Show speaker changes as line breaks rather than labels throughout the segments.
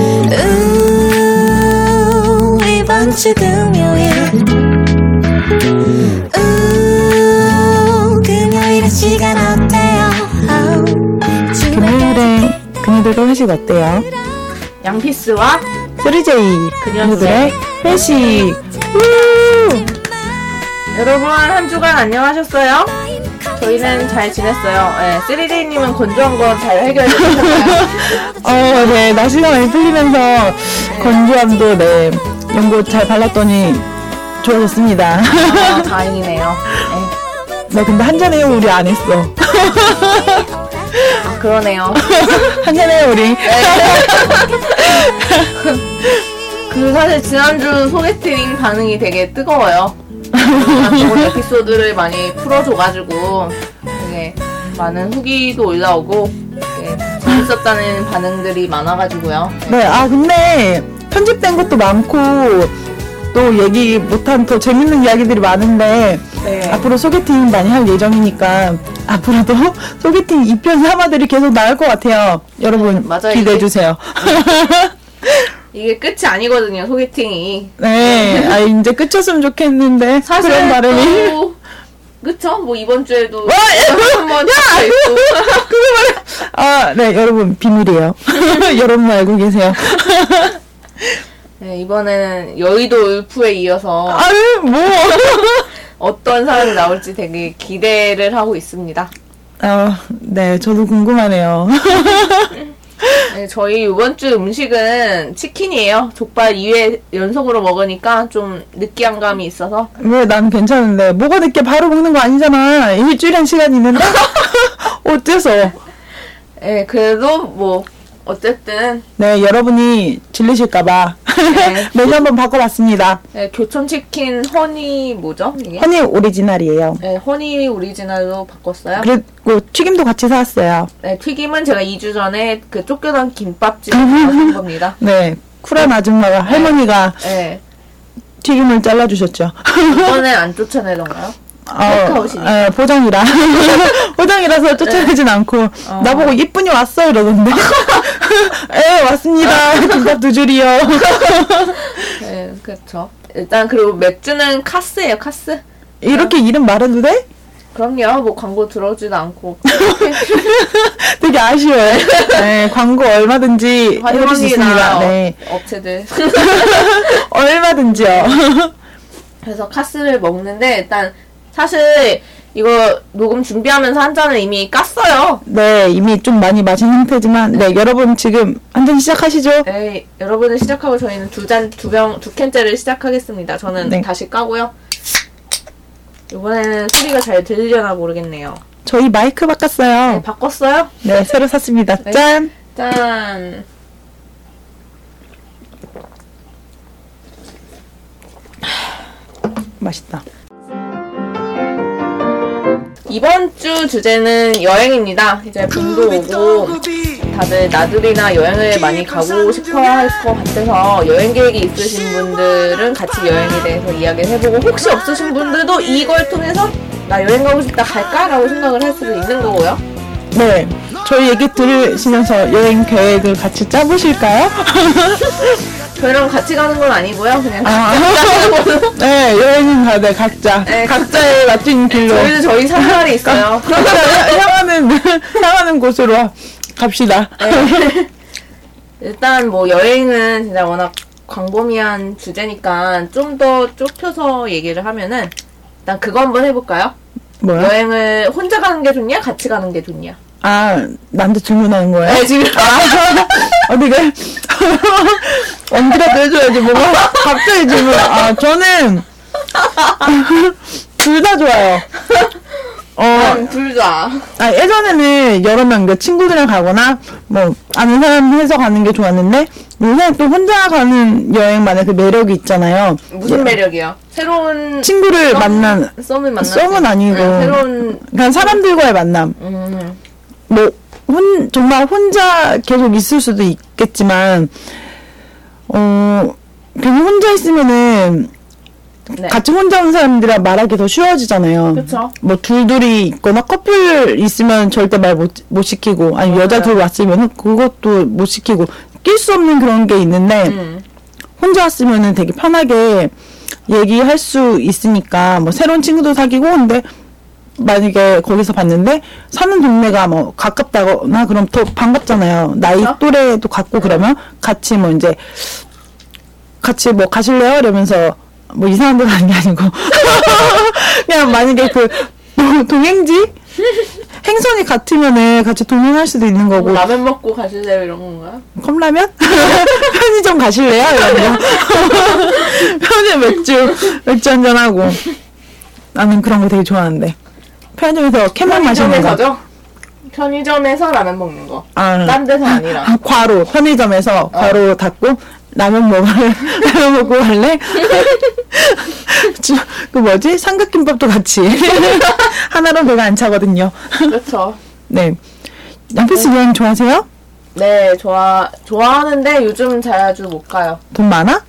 음, 없이 금요일 우그 금요일의 시간 어때요 아우, 주말까지
금요일에 그녀들과 회식 어때요?
양피스와
소리제이 그녀들의 회식 우!
여러분 한 주간 안녕하셨어요? 저희는 잘 지냈어요. 네, 쓰리데이님은 건조한
음,
거 잘 해결해 주셨나요?
어, 네, 날씨가 많이 풀리면서 건조함도 네, 연고 잘 발랐더니 좋아졌습니다.
아, 다행이네요. 네,
나 근데 한잔해요 우리 안 했어.
아, 그러네요.
한잔해요 우리.
그 사실 지난주 소개팅 반응이 되게 뜨거워요. 아, 좋은 에피소드를 많이 풀어줘가지고 되게 많은 후기도 올라오고 되게 재밌었다는 반응들이 많아가지고요. 예,
네, 아 근데 편집된 것도 많고 또 얘기 못한 더 재밌는 이야기들이 많은데
네.
앞으로 소개팅 많이 할 예정이니까 앞으로도 소개팅 2편 3화들이 계속 나올 것 같아요. 여러분
네, 맞아요.
기대해
이게-
주세요.
이게 끝이 아니거든요, 소개팅이.
네, 아 이제 끝이었으면 좋겠는데
사실
그런 바람이. 어,
또 그쵸? 뭐 이번 주에도
와,
한번 더 있고
아, 네, 여러분 비밀이에요. 여러분 알고 계세요.
네, 이번에는 여의도 울프에 이어서
아유, 뭐.
어떤 사람이 나올지 되게 기대를 하고 있습니다.
아, 네, 저도 궁금하네요.
네, 저희 이번 주 음식은 치킨이에요. 족발 2회 연속으로 먹으니까 좀 느끼한 감이 있어서
왜 난 괜찮은데 뭐가 늦게 바로 먹는 거 아니잖아. 일주일에 한 시간 있는데 어째서?
네, 그래도 뭐 어쨌든
네, 여러분이 질리실까봐
네.
메뉴 한번 바꿔봤습니다.
네, 교촌치킨 허니 뭐죠? 이게?
허니 오리지널이에요.
네, 허니 오리지널로 바꿨어요.
그리고 튀김도 같이 사왔어요.
네, 튀김은 제가 2주 전에 그 쫓겨난
음.
김밥집에서 산 겁니다.
네, 쿨한 아줌마가 할머니가
네.
튀김을 잘라주셨죠.
이번엔 안 쫓아내던가요? 테이크아웃이니까.
어, 보정이라 보정이라서 쫓아내진 않고 나보고 이쁜이 왔어 이러던데. 에 왔습니다. 김밥 두 줄이요.
네, 그렇죠. 일단 그리고 맥주는 카스예요, 카스.
이렇게 이름 말해도 돼?
그럼요, 뭐 광고 들어오지도 않고
되게 아쉬워요. 네, 광고 얼마든지 해줄 수 있습니다.
환영이나
네,
업체들.
얼마든지요.
그래서 카스를 먹는데 일단 사실 이거 녹음 준비하면서 한 잔을 이미 깠어요.
네, 이미 좀 많이 마신 상태지만, 네, 여러분 지금 한잔 시작하시죠.
네, 여러분은 시작하고 저희는 두 잔, 두 병, 두 캔째를 시작하겠습니다. 저는
네.
다시 까고요. 이번에는 소리가 잘 들리려나 모르겠네요.
저희 마이크
네,
바꿨어요.
바꿨어요?
네, 새로 샀습니다.
네.
짠!
짠.
맛있다.
이번 주 주제는 여행입니다. 이제 봄도
그
오고 다들 나들이나 여행을 많이 가고 싶어 할 것 같아서 여행 계획이 있으신 분들은 같이 여행에 대해서 이야기를 해보고 혹시 없으신 분들도 이걸 통해서 나 여행 가고 싶다 갈까라고 생각을 할 수도 있는 거고요.
네, 저희 얘기 들으시면서 여행 계획을 같이 짜보실까요?
저희랑 같이 가는 건 아니고요. 그냥
아. 네, 여행은 가, 네, 각자.
네,
각자의 맞춘 길로.
저희도 저희 사활이 있어요.
각자 향하는, 향하는 곳으로 갑시다.
네. 일단 뭐 여행은 진짜 워낙 광범위한 주제니까 좀 더 좁혀서 얘기를 하면은 일단 그거 한번 해볼까요?
뭐야?
여행을 혼자 가는 게 좋냐? 같이 가는 게 좋냐?
아, 나한테 질문하는 거예요?
네, 지금
어디가? 언니라도 해줘야지, 뭐가? 갑자기 질문. 아, 저는. 둘 다 좋아요. 어,
음, 둘 다.
아, 예전에는 여러 명, 그 친구들이랑 가거나, 뭐, 아는 사람 해서 가는 게 좋았는데, 요새 또 혼자 가는 여행만의 그 매력이 있잖아요.
무슨 매력이요? 새로운
네. 친구를 만난,
썸을 만나.
썸은 아니고.
새로운
그냥 사람들과의 만남.
음,
뭐, 혼, 정말 혼자 계속 있을 수도 있겠지만, 어, 괜히 혼자 있으면은,
네.
같이 혼자 온 사람들이랑 말하기 더 쉬워지잖아요.
그쵸.
뭐, 둘둘이 있거나 커플 있으면 절대 말 못, 못 시키고, 아니,
맞아요.
여자 둘 왔으면 그것도 못 시키고, 낄 수 없는 그런 게 있는데,
음.
혼자 왔으면은 되게 편하게 얘기할 수 있으니까 뭐 새로운 친구도 사귀고 근데 만약에 거기서 봤는데 사는 동네가 뭐 가깝다거나 그럼 더 반갑잖아요. 나이
그렇죠?
또래도 같고 그러면 같이 뭐 이제 같이 뭐 가실래요? 이러면서 뭐 이상한 데 가는 게 아니고 그냥 만약에 그 동행지 행선이 같으면은 같이 동행할 수도 있는 거고
뭐 라면 먹고 가실래요? 이런 건가요?
컵라면? 편의점 가실래요? 이런 거. 편의점 맥주, 맥주 한잔하고. 나는 그런 거 되게 좋아하는데. 편의점에서 캔만 마시는 거.
편의점에서죠? 편의점에서 라면 먹는 거.
아.
딴 데서 아니라.
아, 과로, 편의점에서 과로 닫고, 라면 먹을래? 라면 먹고 갈래? 주- 그 뭐지? 삼각김밥도 같이. 하나로 배가 안 차거든요.
그렇죠.
네. 양피스 여행 좋아하세요?
네, 좋아 좋아하는데 요즘 자주 못 가요.
돈 많아?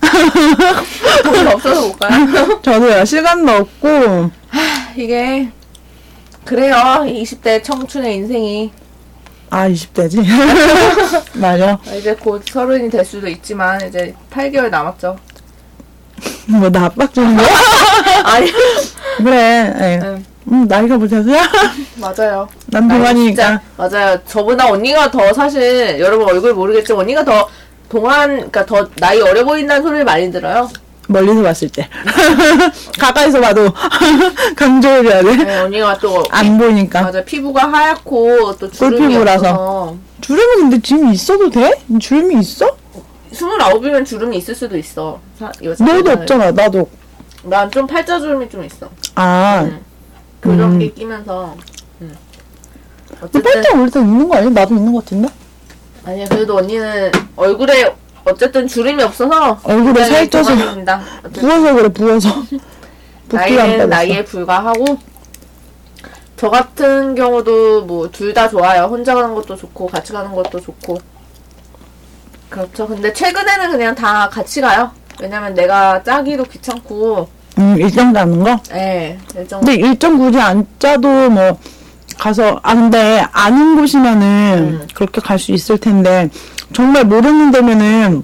돈 없어서 못 가요.
저도요, 시간도 없고,
이게 그래요. 20대 청춘의 인생이
아, 20대지. 맞아.
이제 곧 서른이 될 수도 있지만 이제 8개월 남았죠.
뭐, 나 압박적인 거야?
아니,
그래, 예.
응,
음, 나이가 보자고요?
맞아요.
난
진짜
동안이니까.
맞아요. 저보다 언니가 더 사실 여러분 얼굴 모르겠지만 언니가 더 동안 그러니까 더 나이 어려 보인다는 소리를 많이 들어요.
멀리서 봤을 때. 가까이서 봐도 강조해줘야 돼.
네, 언니가 또
안 보이니까.
맞아 피부가 하얗고 또 주름이
꿀피부라서.
없어서
주름은 근데 지금 있어도 돼? 주름이 있어?
29이면 주름이 있을 수도 있어. 사- 여자
너도 네, 없잖아, 나도.
난좀 팔자 주름이 좀 있어.
아,
응. 교정기 끼면서. 응.
너
어쨌든
음. 뭐 팔자 원래 다 있는 거 아니야? 나도 있는 거 같은데?
아니야 그래도 언니는 얼굴에 어쨌든 주름이 없어서
얼굴에 살쪄서.
니다
부어서 그래, 부어서. 붓기가 안
네. 나이는
빠졌어.
나이에 불과하고 저 같은 경우도 뭐 둘 다 좋아요. 혼자 가는 것도 좋고 같이 가는 것도 좋고 그렇죠. 근데 최근에는 그냥 다 같이 가요. 왜냐면 내가 짜기도 귀찮고
음, 일정 가는 거?
예 일정
근데 일정 굳이 안 짜도 뭐 가서 아 근데 아는 곳이면은
음.
그렇게 갈 수 있을 텐데 정말 모르는 데면은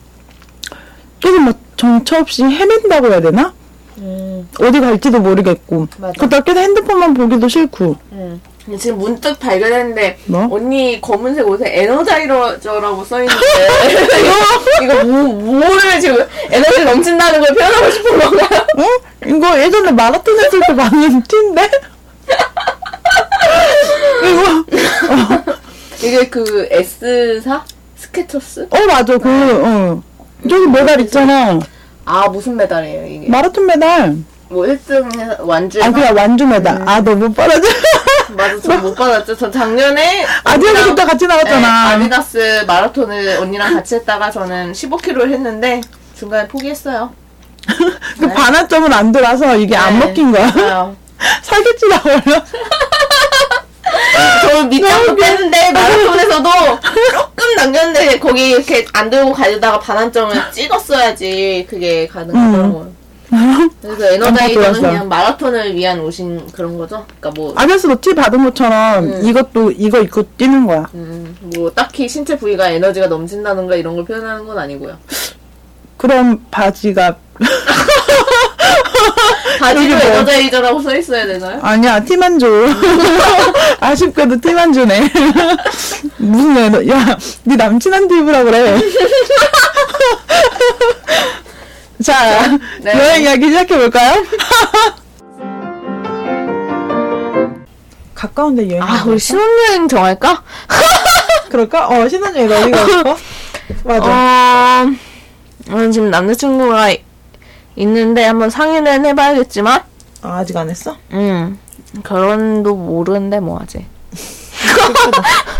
계속 막 정처 없이 헤맨다고 해야 되나?
음,
어디 갈지도 모르겠고
맞아.
그렇다 계속 핸드폰만 보기도 싫고
음. 근데 지금 문득 발견했는데
뭐?
언니 검은색 옷에 에너자이저라고 써있는데
어?
이거 뭐, 뭐를 지금 에너지 넘친다는 걸 표현하고 싶은 건가요?
어? 이거 예전에 마라톤 했을 때 많이 튄데? 이거
이게 그 S사? 스케쳐스?
어 맞아 그어 저기 메달 있잖아
아 무슨 메달이에요 이게
마라톤 메달
뭐 1등 완주에서
아 그냥 완주 메달
네.
아 너무 빠르지
맞아 저 못 받았죠 저 작년에
아디다스
언니랑-
그때 같이 나갔잖아.
네, 아디다스 마라톤을 언니랑 같이 했다가 저는 15km를 했는데 중간에 포기했어요
그 반환점은 안 돌아서 이게 안
네,
먹힌 거야.
맞아요.
살겠지 나 원래.
저 밑장도 뺐는데 마라톤에서도 네, 조금 남겼는데 거기 이렇게 안 들고 가려다가 반환점을 찍었어야지 그게 가능하더라고요. 그래서 에너자이저는
돌았어.
그냥 마라톤을 위한 옷인 그런 거죠. 그러니까 뭐,
아디다스 너티 받은 것처럼 이것도 이거 입고 뛰는 거야.
네. 음, 뭐 딱히 신체 부위가 에너지가 넘친다든가 이런 걸 표현하는 건 아니고요.
그럼 바지가
바지도
그게 뭐-
에너자이저라고 써 있어야 되나요?
아니야 티만 줘. 아쉽게도 티만 주네. 무슨 애너? 야네 남친한테 입으라 그래. 자
네.
여행 이야기 시작해 볼까요? 가까운데 여행.
아, 우리 신혼여행 정할까?
그럴까? 어 신혼여행 어디가 싶어? 맞아.
어, 저는 지금 남자친구가 이- 있는데 한번 상의는 해봐야겠지만
아, 아직 안 했어?
응. 결혼도 모르는데 뭐 하지?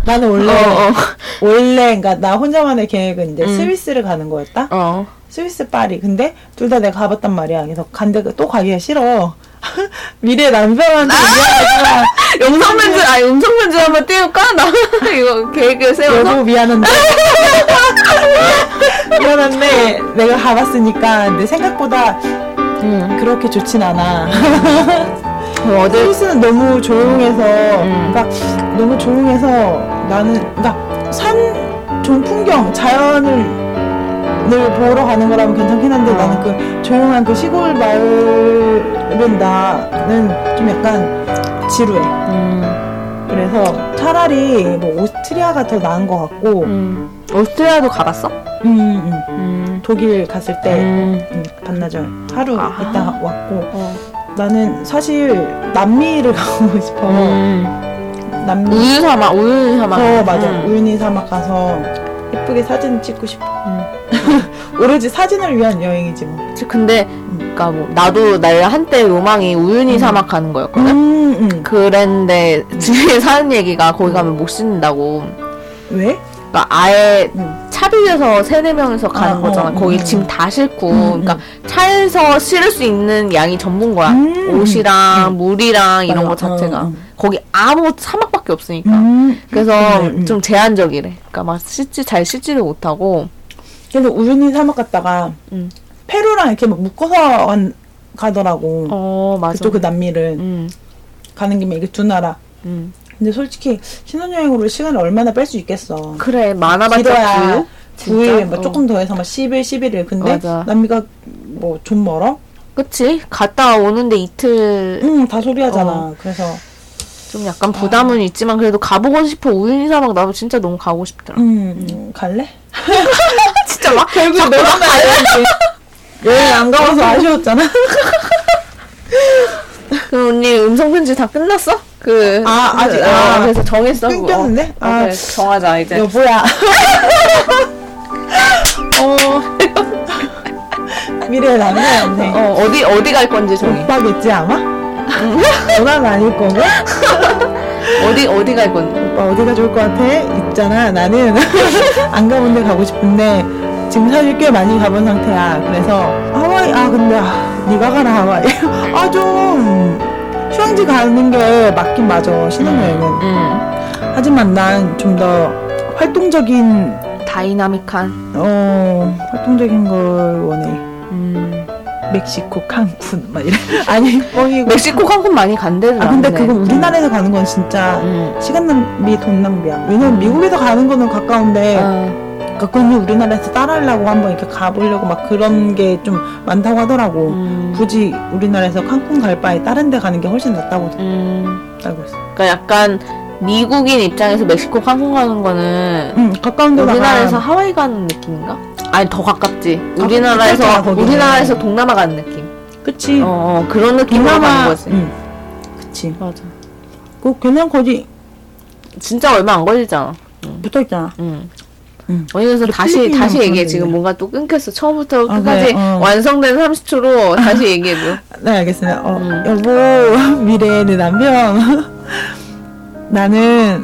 나는 원래
어,
원래 그러니까 나 혼자만의 계획은 이제
음.
스위스를 가는 거였다.
어. 어.
스위스 파리. 근데 둘 다 내가 가봤단 말이야. 그래서 간데 또 가기가 싫어. 미래 남편한테 미안하지만
영상 편지, 아, 음성 편지 한번 띄울까? 나 이거 계획을 세워서.
너무 미안한데. 미안한데 내가 가봤으니까 내 생각보다
응.
그렇게 좋진 않아.
뭐 음. 어디?
스위스는 너무 조용해서 그러니까 너무 조용해서 나는 그러니까 산 좋은 풍경 자연을 늘 보러 가는 거라면 괜찮긴 한데
어.
나는 그 조용한 그 시골 마을은 나는 좀 약간 지루해.
음,
그래서 차라리 뭐 오스트리아가 더 나은 것 같고, 음,
음. 오스트리아도 가봤어?
음.
음.
독일 갔을 때
음.
음, 반나절 하루
아.
있다 왔고,
어.
나는 사실 남미를 가고 싶어.
음.
남미.
우유 사막, 우유 사막.
어 맞아
음.
우유니 사막 가서 예쁘게 사진 찍고 싶어
음.
오로지 사진을 위한 여행이지 뭐
그치, 근데, 그니까 뭐, 나도 내 한때 로망이 우유니
음.
사막 가는 거였거든?
음, 음.
그랬는데, 주위에 사는 얘기가 거기 가면 못 씻는다고.
왜?
그러니까 아예
음.
차 빌려서 세네 명이서 가는
아,
거잖아.
어,
거기
음.
짐 다 싣고.
음,
그러니까
음.
차에서 실을 수 있는 양이 전부인 거야.
음.
옷이랑 물이랑 이런
맞아.
거 자체가.
어, 어.
거기 아무 사막밖에 없으니까.
음.
그래서
음, 음.
좀 제한적이래. 그러니까 막 씻지 잘 씻지를 못하고.
그래서 우유니 사막 갔다가
음.
페루랑 이렇게 막 묶어서 간- 가더라고
어 맞아.
그쪽 그 남미를
음,
가는 김에 이게 두 나라
음.
근데 솔직히 신혼여행으로 시간을 얼마나 뺄 수 있겠어
그래 많아봤자
길어야
구.
9일 뭐
어.
조금 더 해서 막 10일 11일 근데
맞아.
남미가 뭐 좀 멀어? 음,
그치? 갔다 오는데 이틀
응다 소리하잖아 그래서
좀
음.
약간 부담은 있지만 그래도 가보고 싶어 우유니 사막 나도 진짜 너무 가고 싶더라.
음, 음. 갈래? 아,
진짜 막 결국
너랑 가야지. 여행 안 가봐서 아쉬웠잖아.
그 언니 음성 편지 다 끝났어? 그
아, 아직-
그-
아,
그래서 정했어. 그거.
끊겼는데?
어,
아.
그래, 정하자 이제.
여보야. 어. 미래에 남겨놨네.
어 어디 어디 갈 건지 정해.
오빠겠지 아마? 전화는 아닐 거고.
어디 어디 갈 건지.
오빠 뭐 어디가 좋을 것 같아? 있잖아 나는 안 가본 데 가고 싶은데 지금 사실 꽤 많이 가본 상태야. 그래서 하와이 아 근데 아, 네가 가라 하와이. 아 좀 휴양지 가는 게 맞긴 맞아 신혼여행은.
음
하지만 난 좀 더 활동적인
다이나믹한.
어 활동적인 걸 원해.
음
멕시코 칸쿤 막 이래. 아니 뻥이고.
멕시코 칸쿤 많이 간대더라.
아 근데 그건 우리나라에서 가는 건 진짜
음.
시간 낭비 돈 낭비야. 왜냐면 미국에서 가는 거는 가까운데
어,
가끔은 그러니까 우리나라에서 따라하려고 한번 이렇게 가보려고 막 그런 게 좀 많다고 하더라고.
음.
굳이 우리나라에서 칸쿤 갈 바에 다른 데 가는 게 훨씬 낫다고
음.
알고 있어.
그러니까 약간 미국인 입장에서 멕시코 칸쿤 가는 거는
응, 가까운 데다가
우리나라에서 하와이 가는 느낌인가? 아니 더 가깝지.
가깝잖아,
우리나라에서
거기는.
우리나라에서 동남아 가는 느낌.
그치
어, 어 그런 느낌으로 가는
동남아
거지.
응. 그치
맞아.
그 그냥 거기
진짜 얼마 안 걸리잖아.
붙어 있잖아.
응.
응.
언니 그래서 다시
필리핀이랑
다시 얘기해.
그런
지금
데인데.
뭔가 또 끊겼어. 처음부터
아, 그래,
끝까지
어.
완성된 30초로 다시 얘기해줘.
네, 알겠습니다. 어,
음.
여보, 미래의 내 남편. 나는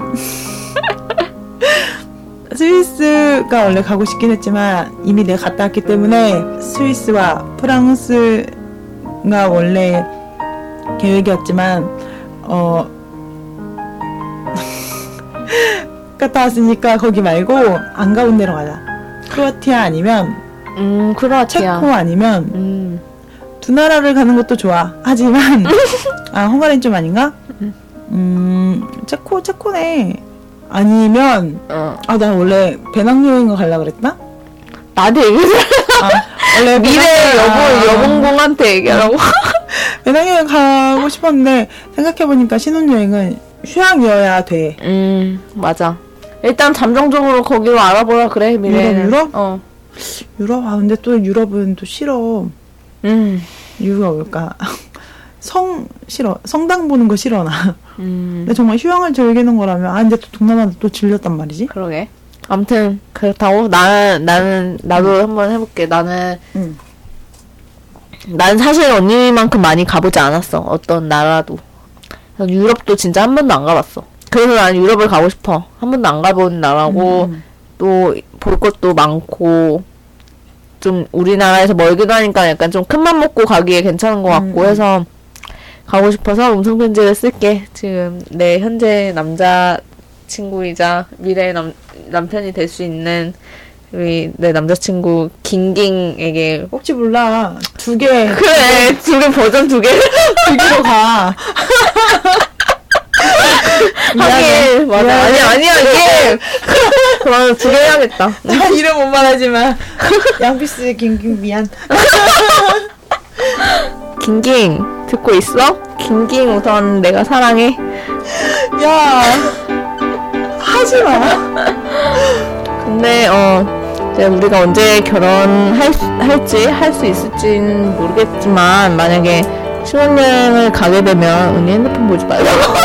스위스가 원래 가고 싶긴 했지만 이미 내가 갔다 왔기 때문에 스위스와 프랑스가 원래 계획이었지만 어 갔다 왔으니까 거기 말고 안 가본 데로 가자. 크로아티아 아니면
음, 크로아티아.
체코 아니면
음,
두 나라를 가는 것도 좋아. 하지만 아 헝가리는 좀 아닌가? 음 체코 체코네. 아니면
어.
아 나 원래 배낭여행을 가려 그랬나?
나도 얘기해.
아 원래
미래
배낭여행-
여보
아,
여봉공한테 얘기하라고.
배낭여행 가고 싶었는데 생각해 보니까 신혼여행은 휴양이어야 돼.
음, 맞아. 일단 잠정적으로 거기로 알아보라 그래 미래는.
유럽, 유럽?
어.
유럽 아 근데 또 유럽은 또 싫어.
음.
이유가 뭘까? 성 싫어. 성당 보는 거 싫어 나.
음.
근데 정말 휴양을 즐기는 거라면 아 근데 또 동남아도 또 질렸단 말이지.
그러게. 아무튼 그렇다고 나는 나는 나도 한번 해볼게. 나는
응.
난 사실 언니만큼 많이 가보지 않았어. 어떤 나라도. 그래서 유럽도 진짜 한 번도 안 가봤어. 그래서 난 유럽을 가고 싶어. 한 번도 안 가본 나라고,
음.
또 볼 것도 많고, 좀 우리나라에서 멀기도 하니까 약간 좀 큰 맘 먹고 가기에 괜찮은 것 같고
음, 음.
해서 가고 싶어서 음성편지를 쓸게. 지금 내 현재 남자 친구이자 미래의 남, 남편이 될 수 있는 우리 내 남자친구 깅깅에게
혹시 몰라 두 개 두
그래 지금 버전 두 개.
개로 가.
하긴 맞아 아니 아니야 이게 그만 두개 해야겠다.
이름 못 말하지만 양피스 김김 미안.
긴긴 듣고 있어? 긴긴 우선 내가 사랑해.
야 하지 마.
근데 어 이제 우리가 언제 결혼할 수- 할지 할 수 있을진 모르겠지만 만약에 신혼여행을 가게 되면 언니 핸드폰 보지 말라고.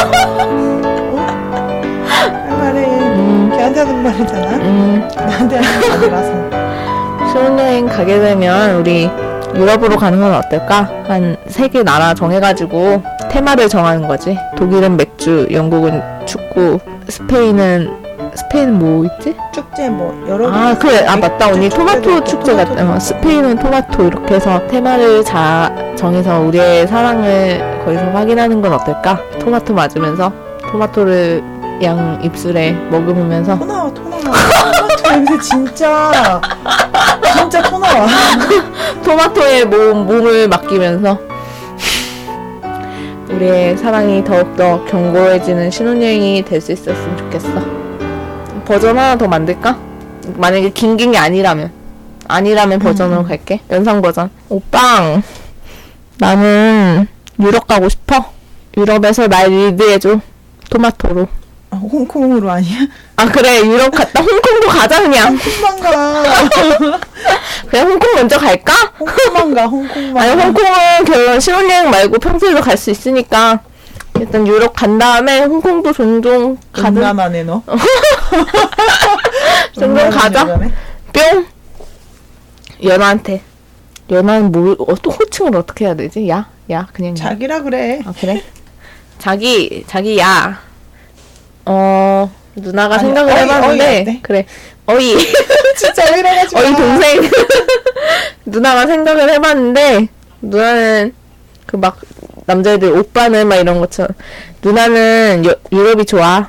할 말해. 걔한테 하는 말이잖아.
음,
나한테 하는 말이라서.
신혼여행 가게 되면 우리 유럽으로 가는 건 어떨까? 한 세 개 나라 정해가지고 테마를 정하는 거지. 독일은 맥주, 영국은 축구, 스페인은 스페인 뭐 있지?
축제 뭐 여러 개.
아 그래 아
있어요.
맞다 언니
축제도
토마토
있고,
축제
토마토
같다 어, 스페인은 토마토 이렇게 해서 테마를 자 정해서 우리의 사랑을 거기서 확인하는 건 어떨까 토마토 맞으면서 토마토를 양 입술에 머금으면서
토 나와 토 나와. 토마토 냄새 진짜 진짜 토 나와.
토마토의 몸, 몸을 맡기면서 우리의 사랑이 더욱더 견고해지는 신혼여행이 될 수 있었으면 좋겠어 버전 하나 더 만들까? 만약에 긴 긴 게 아니라면 아니라면 버전으로 갈게 연상 버전 오빵 나는 유럽 가고 싶어 유럽에서 날 리드해줘 토마토로
아, 홍콩으로 아니야?
아 그래 유럽 갔다 홍콩도 가자 그냥
홍콩만 가.
그냥 홍콩 먼저 갈까?
홍콩만 가. 홍콩만.
아니 홍콩은 결론 신혼여행 말고 평소에도 갈 수 있으니까 일단 유럽 간 다음에 홍콩도 종종 가는
가난하네 너.
종종 가자 뿅 연아한테 연아는 뭘 어떤 호칭을 어떻게 해야 되지 야 야 그냥 야.
자기라 그래.
아 그래 자기 자기 야어 누나가
아니,
생각을
어이, 어이
해봤는데
어때?
그래 어이
진짜 이래가지 마.
어이 동생 누나가 생각을 해봤는데 누나는 그 막 남자애들 오빠는 막 이런 것처럼 누나는 여- 유럽이 좋아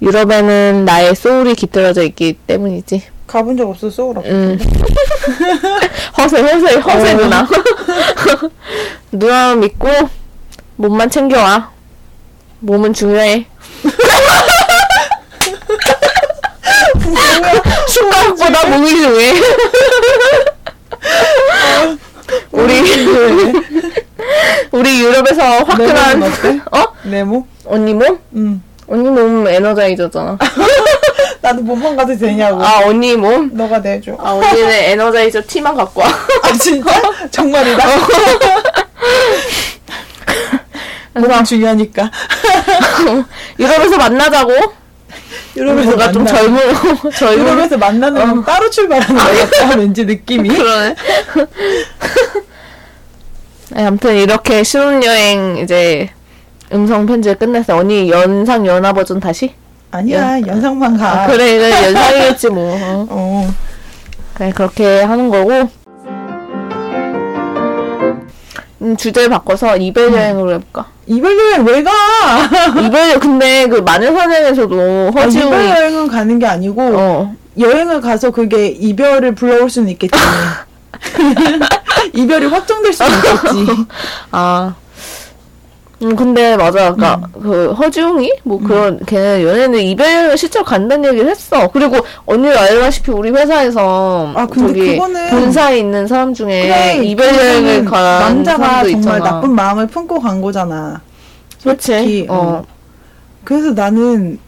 유럽에는 나의 소울이 깃들어져 있기 때문이지
가본 적 없어 소울 없어.
음. 허세 허세 허세 누나 누나 믿고 몸만 챙겨와 몸은 중요해 생각보다 몸이 중요해 아, 우리 우리 유럽에서 화끈한
몸은 어때?
그 네, 어
네모.
언니 몸
음.
언니 몸 에너자이저잖아
나도 몸만 가도 되냐고.
아 언니 몸아
너가 내줘.
언니는 에너자이저 티만 갖고 와
아 진짜? 정말이다.
어.
몸이 중요하니까.
유럽에서 만나자고.
유럽에서
뭔가 좀
만나.
젊은 젊은
유럽에서 만나는 건 따로 출발하는 거 같다. 왠지 느낌이.
어. 그러네. 네, 아무튼 이렇게 신혼여행 이제 음성 편지를 끝냈어. 언니 연상 연하 버전 다시?
아니야 연상만 가.
아, 그래 이건 연상이겠지 뭐. 어.
어.
네, 그래 그렇게 하는 거고. 음, 주제를 바꿔서 이별 여행으로 해볼까?
이별 여행 왜 가?
음. 이별 여- 근데 그 마늘 사냥에서도
아,
어, 허지웅이
이별 여행은 가는 게 아니고
어
여행을 가서 그게 이별을 불러올 수는 있겠지. 이별이 확정될 수는 있겠지.
아. 음, 근데 맞아. 아까 그 허지웅이 뭐 그런 걔는 연애는 이별을 실제로 간다는 얘기를 했어. 그리고 언니도 알다시피 우리 회사에서
아, 근데
저기
그거는-
본사에 있는 사람 중에
그래,
네, 이별
그거는
여행을 간
남자가
사람도
정말
있잖아.
나쁜 마음을 품고 간 거잖아.
그렇지.
솔직히,
어.
그래서 나는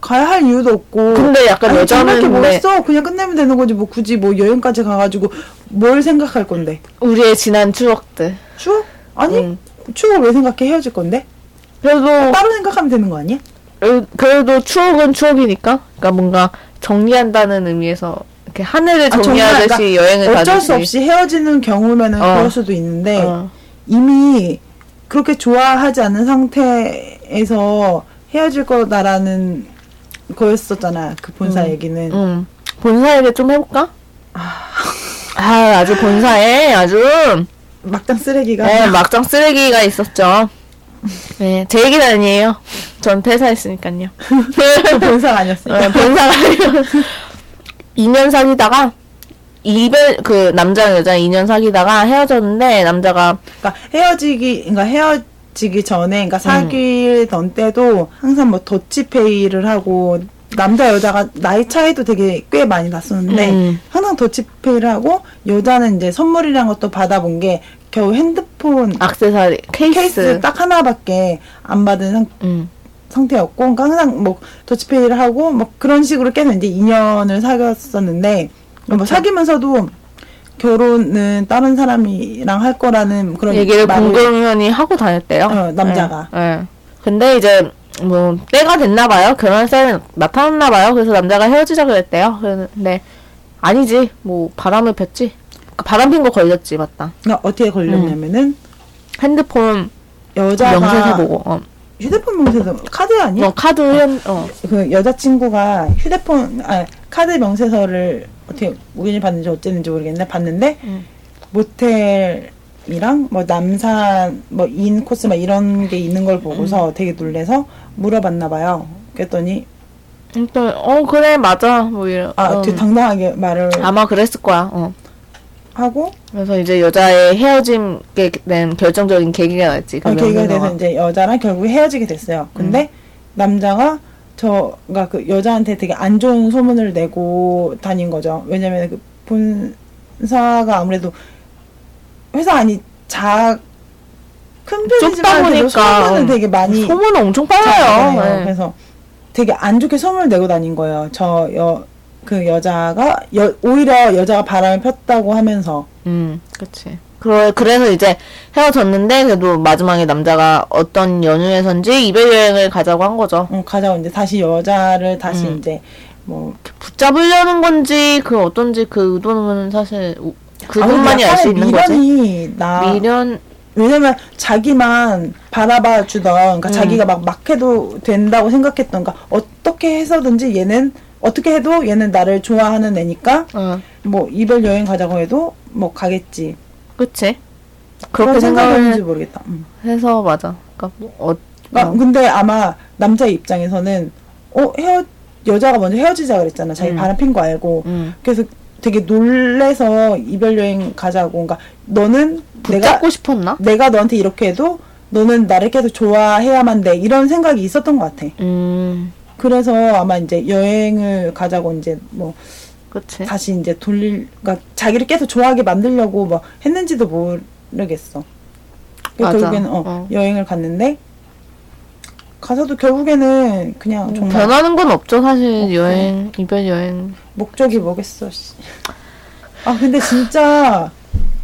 가야 할 이유도 없고.
근데 약간
아니, 정확히
여자는 왜
뭐했어? 그냥 끝내면 되는 거지. 뭐 굳이 뭐 여행까지 가가지고 뭘 생각할 건데?
우리의 지난 추억들.
추억? 아니
응.
추억 왜 생각해? 헤어질 건데?
그래도
따로 생각하면 되는 거 아니야?
그래도 추억은 추억이니까. 그러니까 뭔가 정리한다는 의미에서 이렇게 하늘을
아, 정말,
정리하듯이
그러니까
여행을 가듯이.
어쩔 수 없이 네. 헤어지는 경우면은
네, 어.
그럴 수도 있는데
어.
이미 그렇게 좋아하지 않은 상태에서 헤어질 거다라는 거였었잖아. 그 본사
음.
얘기는.
응. 본사 얘기 좀 해볼까? 아, 아주 본사에 아주
막장 쓰레기가.
네, 막장 쓰레기가 있었죠. 네, 제 얘기는 아니에요. 전 퇴사했으니까요.
그 본사가 아니었으니까.
네, 본사가 아니에요. 2년 사귀다가 이별 그 남자 여자 2년 사귀다가 헤어졌는데 남자가
그러니까 헤어지기, 그러니까
음.
헤어지기 전에, 그러니까 사귀던 때도 항상 뭐 더치페이를 하고 남자 여자가 나이 차이도 되게 꽤 많이 났었는데
음.
항상 더치페이를 하고 여자는 이제 선물이란 것도 받아본 게 겨우 핸드폰
악세사리 아, 케이스.
케이스 딱 하나밖에 안 받은 상,
음.
상태였고 그러니까 항상 뭐 더치페이를 하고 뭐 그런 식으로 계속 이제 인연을 사귀었었는데 뭐 사귀면서도 결혼은 다른 사람이랑 할 거라는 그런
얘기를
그러니까 말을-
공공연히 하고 다녔대요.
어, 남자가.
예. 예. 근데 이제 뭐 때가 됐나 봐요. 결혼 썰이 나타났나 봐요. 그래서 남자가 헤어지자 그랬대요. 근데 아니지. 뭐 바람을 폈지. 그러니까 바람 핀 거 걸렸지 맞다.
그러니까 어떻게 걸렸냐면은
핸드폰
여자가
음. 명세서 보고 어,
휴대폰 명세서 카드 아니야?
뭐 카드 현, 어.
그 여자친구가 휴대폰 아 카드 명세서를 어떻게 우연히 봤는지 어쨌는지 모르겠는데 봤는데
음.
모텔이랑 뭐 남산 뭐 인 코스 막 이런 게 있는 걸
음.
보고서 되게 놀래서 물어봤나 봐요. 그랬더니
일단 어 그래 맞아 뭐 이런
아
어.
되게 당당하게 말을
아마 그랬을 거야. 어.
하고
그래서 이제 여자의 헤어짐에 된 결정적인 계기가 났지. 그
어, 계기가
명세서가.
돼서 이제 여자랑 결국 헤어지게 됐어요. 근데
음.
남자가 저가 그 여자한테 되게 안 좋은 소문을 내고 다닌 거죠. 왜냐면 그 본사가 아무래도 회사 아니 자 큰
좁다
편이지만 그래도
보니까
소문은 되게 많이
소문은 엄청
자잖아요.
빨라요. 예.
그래서 되게 안 좋게 소문을 내고 다닌 거예요. 저 여 그 여자가 여, 오히려 여자가 바람을 폈다고 하면서
음, 그렇지. 그래, 그래서 이제 헤어졌는데 그래도 마지막에 남자가 어떤 연휴에선지 이별 여행을 가자고 한 거죠.
음, 가자고 이제 다시 여자를 다시
음.
이제 뭐
붙잡으려는 건지 그 어떤지 그 의도는 사실 우- 그분만이 알 수 있는 거지.
아, 미련이 나
미련
왜냐면 자기만 바라봐 주던
음.
그러니까 자기가 막 막 해도 된다고 생각했던 그러니까 어떻게 해서든지 얘는 어떻게 해도 얘는 나를 좋아하는 애니까
어,
뭐 이별 여행 가자고 해도 뭐 가겠지
그치. 그렇게
그런 생각인지
생각을
모르겠다. 음.
해서 맞아. 그러니까 뭐 어,
그러니까
어,
근데 아마 남자 입장에서는 어 헤어 여자가 먼저 헤어지자 그랬잖아 자기
음.
바람 핀 거 알고
음.
그래서 되게 놀래서 이별 여행 가자고 그러니까 너는 내가
붙잡고 싶었나?
내가 너한테 이렇게 해도 너는 나를 계속 좋아해야만 돼 이런 생각이 있었던 것 같아.
음,
그래서 아마 이제 여행을 가자고 이제 뭐
그치.
다시 이제 돌릴 그러니까 자기를 계속 좋아하게 만들려고 뭐 했는지도 모르겠어.
맞아.
결국에는 어,
어.
여행을 갔는데 가서도 결국에는 그냥 정말
음, 뭐 변하는 건 없죠 사실 여행 이별 여행.
목적이 뭐겠어. 씨. 아 근데 진짜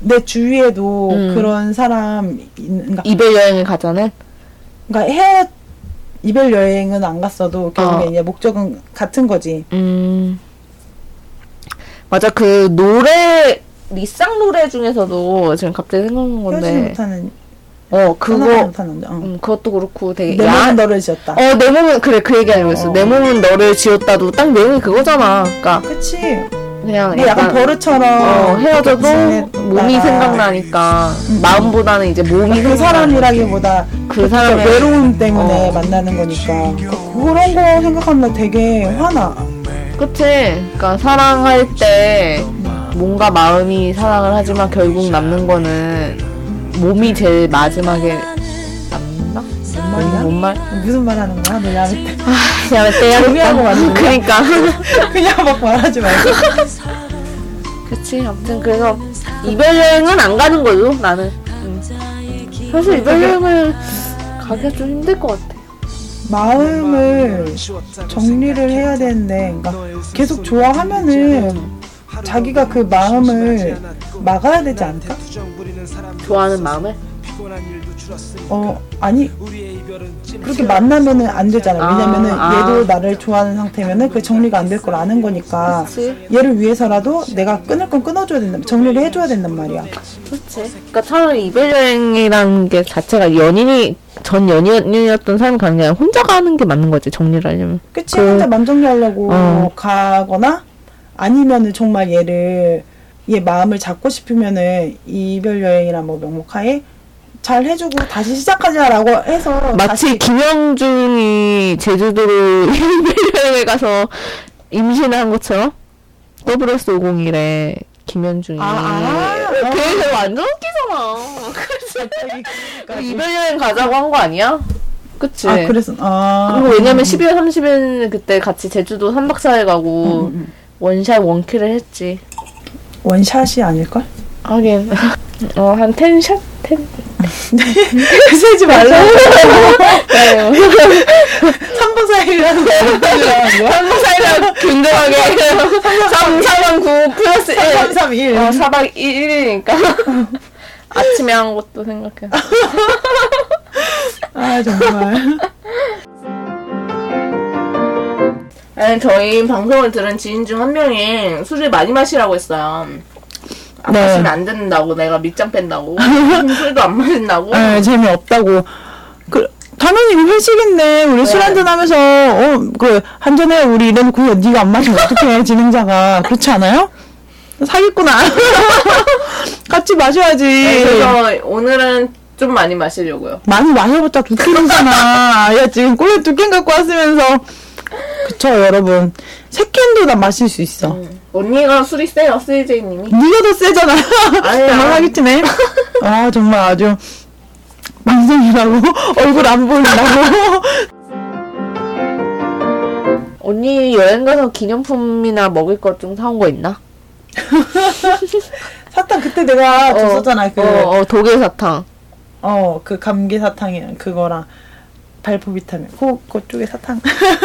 내 주위에도
음.
그런 사람 있는 그러니까
이별 여행을 가자는
그러니까 헤어 이별 여행은 안 갔어도 결국에
어.
이제 목적은 같은 거지.
음. 맞아 그 노래 리쌍 노래 중에서도 지금 갑자기
헤어지지
생각난 건데
못하는
어
떠나지
네. 그거
못하는 남자. 어.
음, 그것도 그렇고 되게
내 몸은
야한
너를 지었다.
어내 몸은 그래 그 얘기 아니고 있어
어.
내 몸은 너를 지었다도 딱 내용이 그거잖아 그러니까
그치. 근데
그냥
뭐 약간,
약간
버릇처럼
어, 헤어져도
지냈다가
몸이 생각나니까 마음보다는 이제 몸이
그
생각나.
사람이라기보다
그러니까 그
진짜
사람의
외로움 때문에
어.
만나는 거니까 그런 거 생각하면 되게 화나.
그치. 그러니까 사랑할 때 뭔가 마음이 사랑을 하지만 결국 남는 거는 몸이 제일 마지막에 남나? 뭔 말? 뭔 말?
무슨 말 하는 거야? 내가 그때
야, 그러니까. 때
정리하고 말해.
그니까.
그냥 막 말하지 말고.
그치. 아무튼 그래서 이별 여행은 안 가는 걸로 나는. 응. 사실 이별 여행을 가기가 좀 힘들 것 같아.
마음을 정리를 해야 되는데 그러니까 계속 좋아하면은 자기가 그 마음을 막아야 되지 않을까?
좋아하는 마음에.
어 아니 그렇게 만나면은 안 되잖아.
아,
왜냐면은
아.
얘도 나를 좋아하는 상태면은 그 정리가 안 될 걸 아는 거니까
그치.
얘를 위해서라도 내가 끊을 건 끊어줘야 된다. 정리를 해줘야 된단 말이야.
그치. 그러니까 차라리 이별 여행이라는 게 자체가 연인이 전 연인이었던 사람이 가는 게 아니라 혼자 가는 게 맞는 거지 정리를 하려면.
그치
그-
혼자 맘 정리하려고
어.
가거나 아니면은 정말 얘를 얘 마음을 잡고 싶으면은 이별 여행이란 뭐 명목하에 잘 해주고 다시 시작하자라고 해서
마치
어, 다시
김영중이 제주도로 여행을 가서 임신한 것처럼 더블S 501에 김현중이 어,
아, 아.
음. 그 그래서 완전 웃기잖아. 그래서 이별 여행 가자고 한 거 아니야? 그치.
아 그래서 아
네. 그리고 왜냐면 12월 30일 그때 같이 제주도 3박 4일 가고 원샷 원킬을 했지.
원샷이 아닐걸?
하긴. 어, 한 텐샷? 텐?
세지 말라고
네.
3분 사이라는
한국사이랑 균등하게 3, 4만 9 플러스 1.
3, 2, 1
어, 4박 1일이니까. 아침에 한 것도 생각해.
아 정말
아니, 저희 방송을 들은 지인 중 한 명이 술을 많이 마시라고 했어요. 안
네.
마시면 안 된다고, 내가 밑장 뺀다고, 술도 안 마신다고.
아, 재미없다고 그 당연히 이거 회식인데 우리
네.
술 한잔 하면서 어그 한잔해 우리 이래놓고 네가 안 마시면 어떡해 진행자가 그렇지 않아요? 사기꾼아 같이
네,
마셔야지
그래서 오늘은 좀 많이 마시려고요.
많이 마셔봤자 두 캔이잖아. 야, 지금 꼴에 두 캔 갖고 왔으면서. 그쵸, 여러분. 세 캔도 다 마실 수 있어.
언니가 술이 세요, CJ님이.
니가 더 세잖아.
아니야.
정말 사기치네. 아, 정말 아주. 방송이라고. 얼굴 안 보인다고.
언니 여행 가서 기념품이나 먹을 것 좀 사온 거 있나?
사탕 그때 내가 줬었잖아 그,
어, 어, 독일 사탕.
그어그 감기 사탕이 그거랑 발포 비타민 그 그쪽에 사탕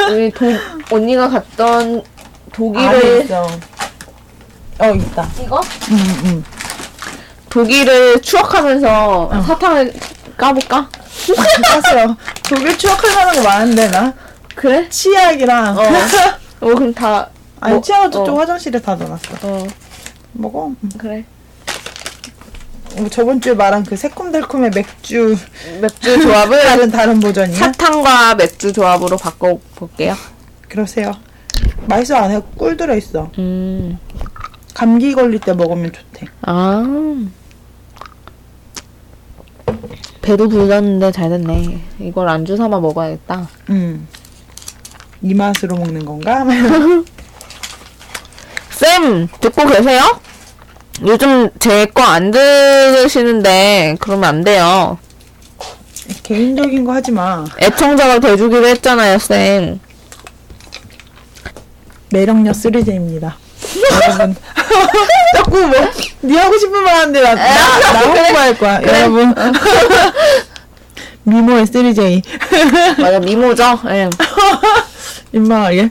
우리 독, 언니가 갔던
안에
독일을
있어. 어 있다
이거?
음,
독일을 추억하면서
어.
사탕을 까볼까?
샀어요 독일 추억할 만한 거 많은데 나
그래?
치약이랑
어 그럼 다
아니
뭐,
치약은 저쪽
어.
화장실에 다 넣어놨어
어,
먹어
그래.
어, 저번 주에 말한 그 새콤달콤의 맥주
맥주
네.
조합을
다른 다른 버전이야
사탕과 맥주 조합으로 바꿔볼게요.
그러세요 맛있어 안에 꿀 들어있어
음.
감기 걸릴 때 먹으면 좋대
아. 배도 불렀는데 잘 됐네. 이걸 안주 삼아 먹어야겠다.
음. 이 맛으로 먹는 건가?
쌤, 듣고 계세요? 요즘 제 거 안 들으시는데, 그러면 안 돼요.
개인적인 거 하지 마.
애청자가 돼주기로 했잖아요, 쌤.
매력녀 3제입니다. 여러분. 자꾸 뭐, 네 하고 싶은 말 하는데 나,
아,
나, 나 홍보할 거야. 여러분.
어.
미모의 3J.
맞아, 미모죠? 예.
민망하게.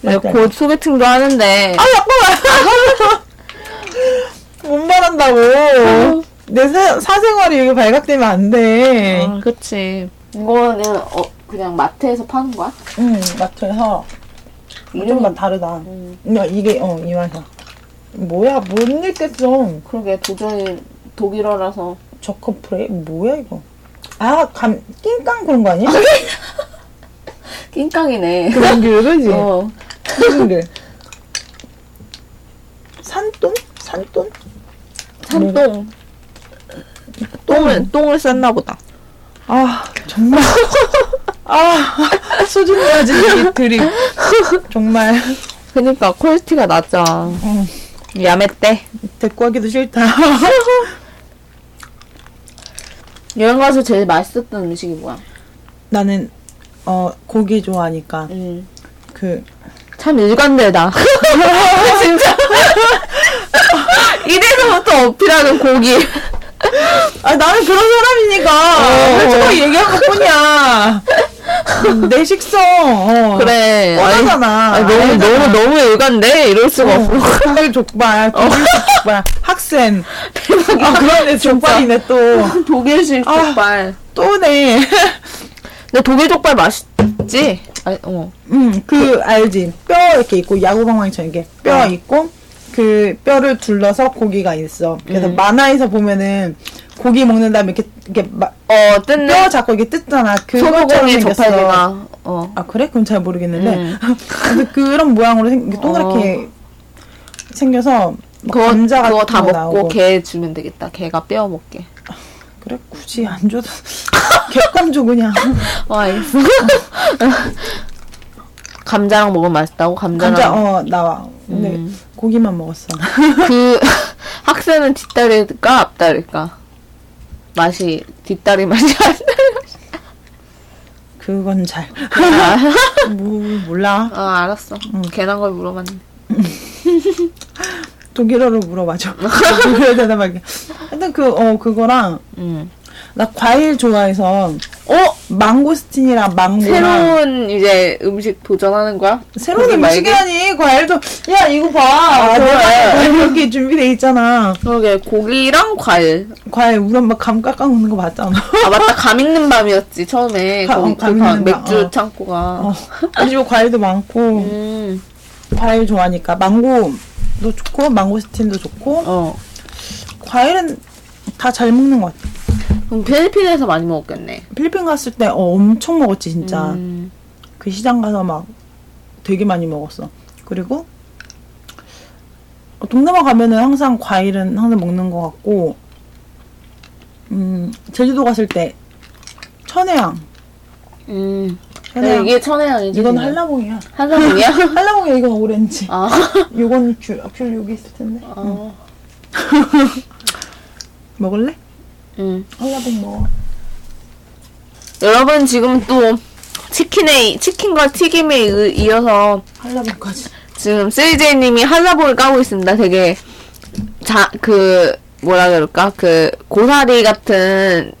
네, 곧 소개팅도
아,
하는데.
못
어.
말한다고. 내 사, 사생활이 여기 발각되면 안 돼.
아, 그치.
네. 이거는, 어, 그냥 마트에서 파는 거야?
응, 마트에서. 이름만 다르다. 야, 이게, 어, 이 맛이야. 뭐야, 못 읽겠어.
그러게, 도저히 독일어라서.
저커프레이? 뭐야, 이거. 아, 감, 낑깡 그런 거 아니야?
낑깡이네.
그런 게 그러지?
어.
그런 게. 산돈? 산돈?
산똥. 음.
음.
똥을, 똥을 쌌나 보다.
아, 정말. 아, 소중해야지, 이 드립. 정말.
그니까, 퀄리티가 낮아.
음.
야매떼.
대꾸하기도 싫다.
여행 가서 제일 맛있었던 음식이 뭐야?
나는, 어, 고기 좋아하니까,
음.
그,
참 일관되다. 진짜. 이래서부터 어필하는 고기.
아, 나는 그런
어.
사람이니까, 솔직히 얘기한 것 뿐이야. 음, 내 식성, 어.
그래. 아니,
뻔하잖아.
아니, 너무, 너무, 너무 일관돼? 이럴 수가 없어. 어.
닭을 족발, 독일식 족발, 학생. 아, 그러네, 족발이네, 또.
독일식
아.
족발.
또네.
근데 독일 족발 맛있지? 아니, 어.
음, 그, 알지. 뼈 이렇게 있고, 야구방망이처럼 이렇게 뼈
어.
있고, 그 뼈를 둘러서 고기가 있어. 그래서
음.
만화에서 보면은, 고기 먹는 다음에 이렇게, 이렇게 막,
어, 뜯는
뼈 잡고 이렇게 뜯잖아. 그거처럼
소고기
생겼어.
족발이나, 어.
아, 그래? 그건 잘 모르겠는데.
음. 어.
근데 그런 모양으로 생, 이렇게 동그랗게 생겨서, 막
그거,
감자 같은
그거 다
거
먹고
나오고.
개 주면 되겠다. 개가 뼈 먹게.
그래 굳이 안 줘도 객관 줘 그냥
와, 아, 알겠어. 감자랑 먹으면 맛있다고? 감자랑.
감자 어 나와 근데
음.
고기만 먹었어
그 학생은 뒷다리일까 앞다리일까 맛이 뒷다리 맛이 앞다리 맛이
그건 잘. 뭐, 몰라.
아 알았어. 괜한 걸 물어봤네.
독일어로 물어봐줘. 독일어 대답할게. 일단 그, 어, 그거랑,
음.
나 과일 좋아해서,
어
망고스틴이랑 망고랑.
새로운 이제 음식 도전하는 거야?
새로운
고기 말기?
음식이라니, 과일 좀, 야, 이거 봐.
아, 그래.
과일 이렇게 준비돼 있잖아.
그러게 고기랑 과일.
과일, 우리 엄마 감 깎아먹는 거 봤잖아.
아 맞다 감 있는 밤이었지 처음에
가-
거기
어,
그
감
방-
있는 밤,
맥주
어.
창고가.
어, 우리 집 과일도 많고,
음.
과일 좋아하니까. 망고도 좋고, 망고스틴도 좋고,
어.
과일은 다 잘 먹는 것 같아.
그럼 필리핀에서 많이 먹었겠네.
필리핀 갔을 때, 어, 엄청 먹었지, 진짜.
음.
그 시장 가서 막 되게 많이 먹었어. 그리고 어, 동남아 가면은 항상 과일은 항상 먹는 것 같고, 음, 제주도 갔을 때 천혜향.
음.
천혜향.
이게 천혜향이지.
이건
그냥.
한라봉이야.
한라봉이야?
한라봉이야, 이건 오렌지.
아.
이건 귤, 아, 귤 여기 있을 텐데.
어.
먹을래?
음.
한라봉 먹어.
여러분 지금 또 치킨에 치킨과 튀김에 의- 이어서
한라봉까지.
지금 쓰이제이님이 한라봉을 까고 있습니다. 되게 자 그 뭐라 그럴까 그 고사리 같은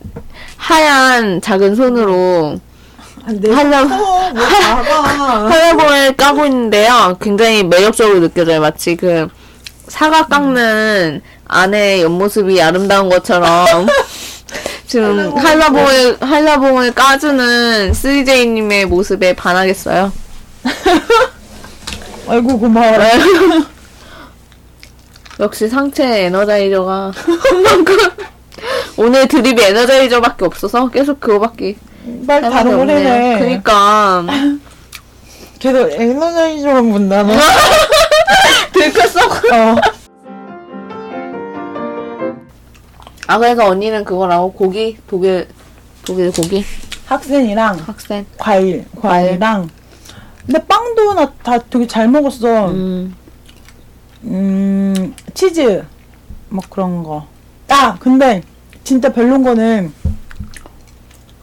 하얀 작은 손으로
아, 내
한라봉.
어, 뭐 봐봐.
한라봉을 까고 있는데요. 굉장히 매력적으로 느껴져요. 마치 그 사과 깎는 아내의 옆모습이 아름다운 것처럼 지금 한라봉을 한라봉을 까주는 쓰이제이님의 모습에 반하겠어요.
아이고, 고마워라.
네. 역시 상체 에너자이저가 한만큼 오늘 드립이 에너자이저밖에 없어서 계속 그거밖에
말 다른 걸
없네요.
해네.
그니까
걔도 에너자이저만 본다, 너.
들켰어.
어.
아 그래서 언니는 그거라고 고기 독일 독일 고기
학생이랑
학생.
과일, 과일이랑. 근데 빵도 나 다 되게 잘 먹었어. 음.
음.
치즈. 뭐 그런 거. 아, 근데 진짜 별론 거는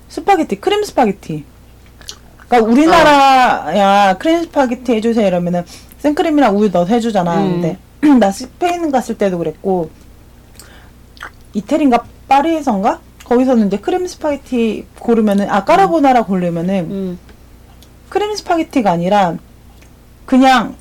스파게티, 크림 스파게티. 그러니까 우리나라야 크림 스파게티 해주세요 이러면은 생크림이랑 우유 넣어서 해주잖아.
음.
근데 나 스페인 갔을 때도 그랬고 이태리인가 파리에선가 거기서는 이제 크림 스파게티 고르면은 아 까르보나라 고르면은
음.
크림 스파게티가 아니라 그냥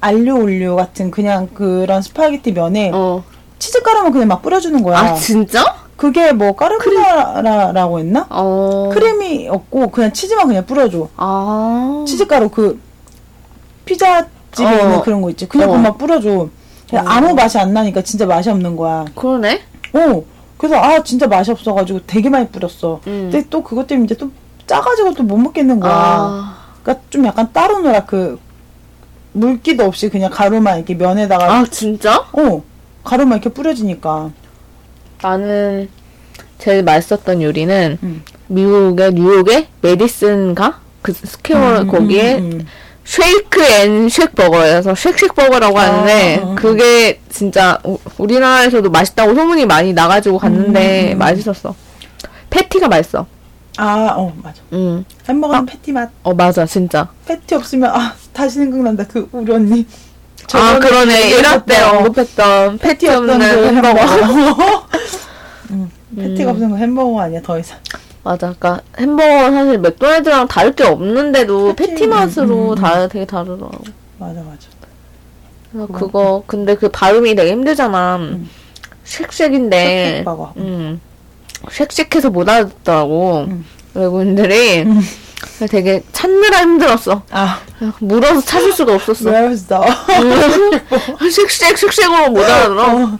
알료 올리오 같은 그냥 그런 스파게티 면에
어.
치즈 가루만 그냥 막 뿌려주는 거야.
아 진짜?
그게 뭐 까르보나라라고 했나?
어.
크림이 없고 그냥 치즈만 그냥 뿌려줘.
아.
치즈 가루 그 피자 집에
어.
있는 그런 거 있지. 그냥
어.
그만 뿌려줘. 그냥 아무 맛이 안 나니까 진짜 맛이 없는 거야.
그러네.
어. 그래서 아 진짜 맛이 없어가지고 되게 많이 뿌렸어.
음.
근데 또 그것 때문에 이제 또 짜가지고 또 못 먹겠는 거야.
아.
그러니까 좀 약간 따로 놀아 그 물기도 없이 그냥 가루만 이렇게 면에다가
아 진짜?
어 가루만 이렇게 뿌려지니까
나는 제일 맛있었던 요리는
음.
미국의 뉴욕의 메디슨가 그 스퀘어 거기에
음, 음.
쉐이크 앤 쉑버거여서 쉑쉑버거라고 하는데
음, 음.
그게 진짜 우- 우리나라에서도 맛있다고 소문이 많이 나가지고 갔는데 맛있었어. 패티가 맛있어.
아어 맞아
음.
햄버거는 패티 맛
어 맞아 진짜.
패티 없으면 아 다시 생각난다 그 우리 언니
아
저번에
그러네. 일화 때
얘기했었던
언급했던 패티 없는 그
패티 없는
햄버거.
햄버거 그 음, 패티가 없는 거 햄버거 아니야 더 이상
맞아. 그러니까 햄버거 사실 맥도날드랑 다를 게 없는데도
패티,
패티
음,
맛으로 다 되게 다르더라고.
맞아 맞아
그래서 그거 근데 그 발음이 되게 힘들잖아. 쉑쉑인데
쉑쉑버거.
음. 쉑쉑해서 못 알아듣더라고.
음.
외국인들이 되게 찾느라 힘들었어.
아
물어서 찾을 수가 없었어.
where is the
쉑쉑 쉑쉑으로 못 알아들어.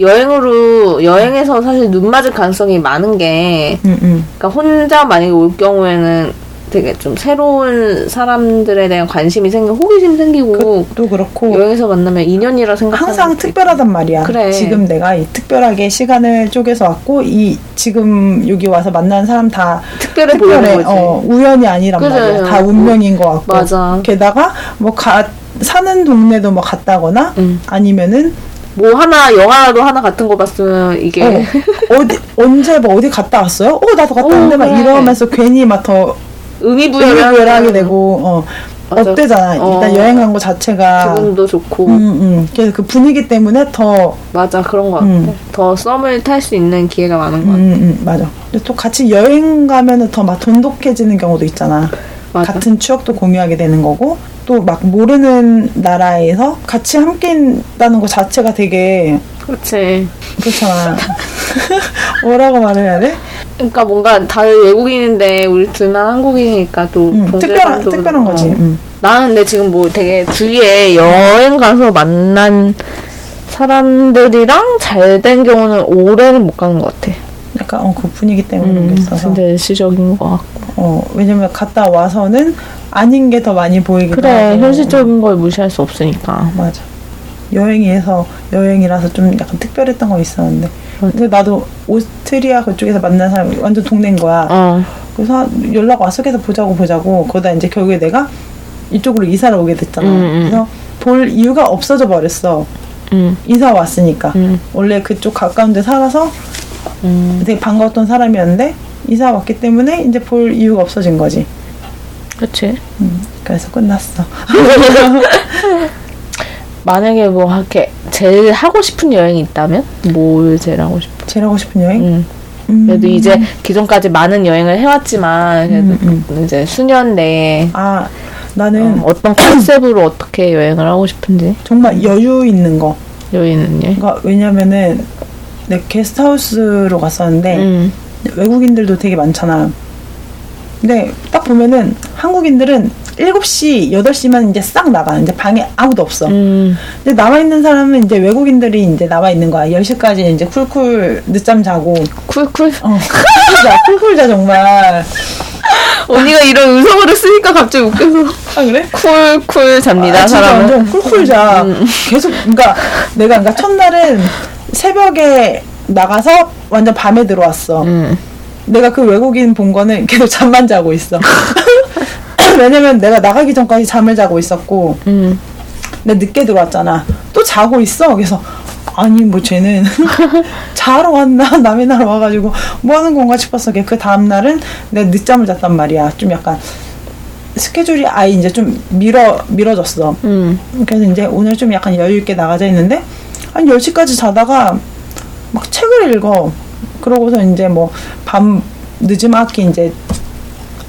여행으로 여행에서 사실 눈 맞을 가능성이 많은 게
응응
그러니까 혼자 만약에 올 경우에는 되게 좀 새로운 사람들에 대한 관심이 생기고 호기심 생기고
또 그렇고
여행에서 만나면 인연이라 생각하는
어. 항상
것도 있고.
특별하단 말이야.
그래.
지금 내가 이 특별하게 시간을 쪼개서 왔고 이 지금 여기 와서 만난 사람 다
특별해 보이는
특별해.
거지.
어, 우연이 아니란
그래.
말이야. 다 운명인 것 같고.
맞아.
게다가 뭐 가, 사는 동네도 뭐 같다거나
응.
아니면은
뭐 하나 영화라도 하나 같은 거 봤으면 이게
어, 어디 언제 뭐 어디 갔다 왔어요? 어 나도 갔다
어,
왔는데 막
그래.
이러면서 괜히 막더
의미부여를
의미를 하게
하면은
되고 어
맞아.
없대잖아.
어.
일단 여행 간 거 자체가
기분도 좋고
음, 음. 그래서 그 분위기 때문에 더
맞아 그런 거 같아.
음.
더 썸을 탈 수 있는 기회가 많은 거
음,
같아.
음, 맞아. 근데 또 같이 여행 가면은 더 막 돈독해지는 경우도 있잖아.
맞아.
같은 추억도 공유하게 되는 거고 또 막 모르는 나라에서 같이 함께 있다는 거 자체가 되게
그렇지.
그렇잖아. 뭐라고 말해야 돼?
그러니까 뭔가 다들 외국인인데 우리 둘만 한국인이니까 또
음,
동질감도
특별한
그렇고. 어.
특별한 거지. 음.
나는 근데 지금 뭐 되게 주위에 여행 가서 만난 사람들이랑 잘 된 경우는 올해는 못 가는 것 같아.
약간 어, 그 분위기 때문에
음,
그런 게 있어서.
진짜 일시적인 것 같고.
어, 왜냐면 갔다 와서는 아닌 게 더 많이 보이기도
그래,
하고.
현실적인 걸 무시할 수 없으니까.
맞아. 여행에서 여행이라서 좀 약간 특별했던 거 있었는데.
음.
근데 나도 오스트리아 그쪽에서 만난 사람이 완전 동네인 거야.
어,
그래서 연락 와서 계속 보자고 보자고 그러다 이제 결국에 내가 이쪽으로 이사를 오게 됐잖아.
음, 음.
그래서 볼 이유가 없어져 버렸어.
음.
이사 왔으니까
음.
원래 그쪽 가까운데 살아서 되게 반가웠던 사람이었는데 이사 왔기 때문에 이제 볼 이유가 없어진 거지.
그치.
음, 그래서 끝났어.
만약에 뭐 이렇게 제일 하고 싶은 여행이 있다면 뭘 제일 하고 싶어?
제일 하고 싶은 여행?
음.
음.
그래도 이제 기존까지 많은 여행을 해왔지만 그래도
음,
이제 수년 내에
아 나는
어, 떤 컨셉으로 어떻게 여행을 하고 싶은지
정말 여유 있는 거.
여행은 예.
그러니까 왜냐면은 내 게스트하우스로 갔었는데
음.
외국인들도 되게 많잖아. 근데 딱 보면은 한국인들은 7시, 8시만 이제 싹 나가. 이제 방에 아무도 없어.
음.
근데 남아있는 사람은 이제 외국인들이 이제 남아있는 거야. 10시까지 이제 쿨쿨 늦잠 자고. 어,
쿨쿨.
쿨쿨 자, 쿨쿨 자, 정말. 아,
언니가 이런 음성어를 쓰니까 갑자기 웃겨서
아, 그래?
쿨쿨 잡니다
아, 진짜
사람은. 음.
완전 쿨쿨 자. 계속, 그러니까 내가 그러니까 첫날은 새벽에 나가서 완전 밤에 들어왔어.
음.
내가 그 외국인 본 거는 계속 잠만 자고 있어. 왜냐면 내가 나가기 전까지 잠을 자고 있었고,
음.
근데 늦게 들어왔잖아. 또 자고 있어. 그래서, 아니, 뭐 쟤는 자러 왔나? 남의 나라 와가지고 뭐 하는 건가 싶었어. 그 다음날은 내가 늦잠을 잤단 말이야. 좀 약간 스케줄이 아예 이제 좀 밀어, 밀어졌어.
음.
그래서 이제 오늘 좀 약간 여유있게 나가자 했는데, 한 10시까지 자다가 막 책을 읽어. 그러고서 이제 뭐 밤 늦지막히 이제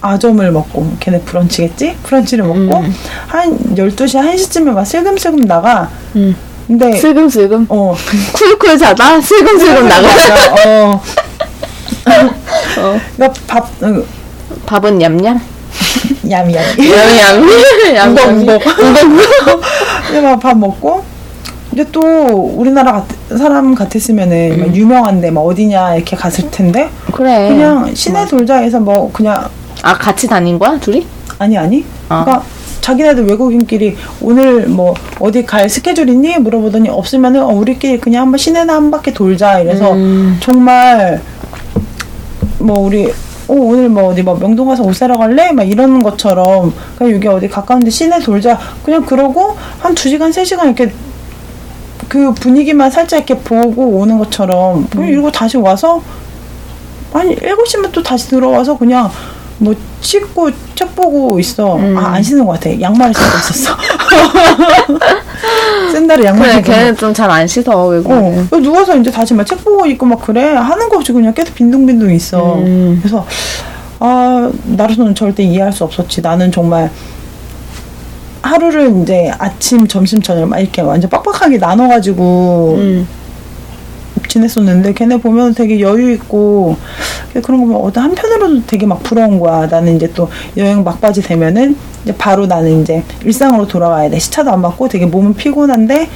아점을 먹고 뭐 걔네 브런치겠지? 브런치를 먹고
음.
한 12시 1시쯤에 막 슬금슬금 나가.
음.
근데
슬금슬금.
어.
쿨쿨 자다 슬금슬금 나가.
어. 어. 그러니까 밥 어,
밥은 얌얌.
얌얌.
얌얌. 얌얌.
이제 막 밥 먹고 이제 또 우리나라 같- 사람 같았으면은
음.
막 유명한데 막 어디냐 이렇게 갔을 텐데
그래.
그냥 시내 돌자에서 뭐 그냥
아 같이 다닌 거야 둘이?
아니 아니.
아.
그러니까 자기네들 외국인끼리 오늘 뭐 어디 갈 스케줄 있니 물어보더니 없으면은 어, 우리끼리 그냥 한번 시내나 한 바퀴 돌자 이래서
음.
정말 뭐 우리 어, 오늘 뭐 어디 뭐 명동 가서 옷 사러 갈래? 막 이러는 것처럼 그냥 여기 어디 가까운데 시내 돌자 그냥 그러고 한 두 시간 세 시간 이렇게 그 분위기만 살짝 이렇게 보고 오는 것처럼
음.
그냥 이러고 다시 와서 아니 7시면 또 다시 들어와서 그냥 뭐 씻고 책 보고 있어
음.
아 안 씻는 것 같아 양말을 신고 있었어 샌들에 양말
그래
신고
걔는 음. 좀 잘 안 씻어 외국인.
어, 누워서 이제 다시 막 책 보고 있고 막 그래 하는 거 없이 그냥 계속 빈둥빈둥 있어
음.
그래서 아 나로서는 절대 이해할 수 없었지 나는 정말 하루를 이제 아침 점심 저녁 막 이렇게 완전 빡빡하게 나눠가지고
음.
지냈었는데 걔네 보면 되게 여유 있고 그런 거 보면 어떤 한편으로도 되게 막 부러운 거야. 나는 이제 또 여행 막바지 되면은 이제 바로 나는 이제 일상으로 돌아가야 돼. 시차도 안 맞고 되게 몸은 피곤한데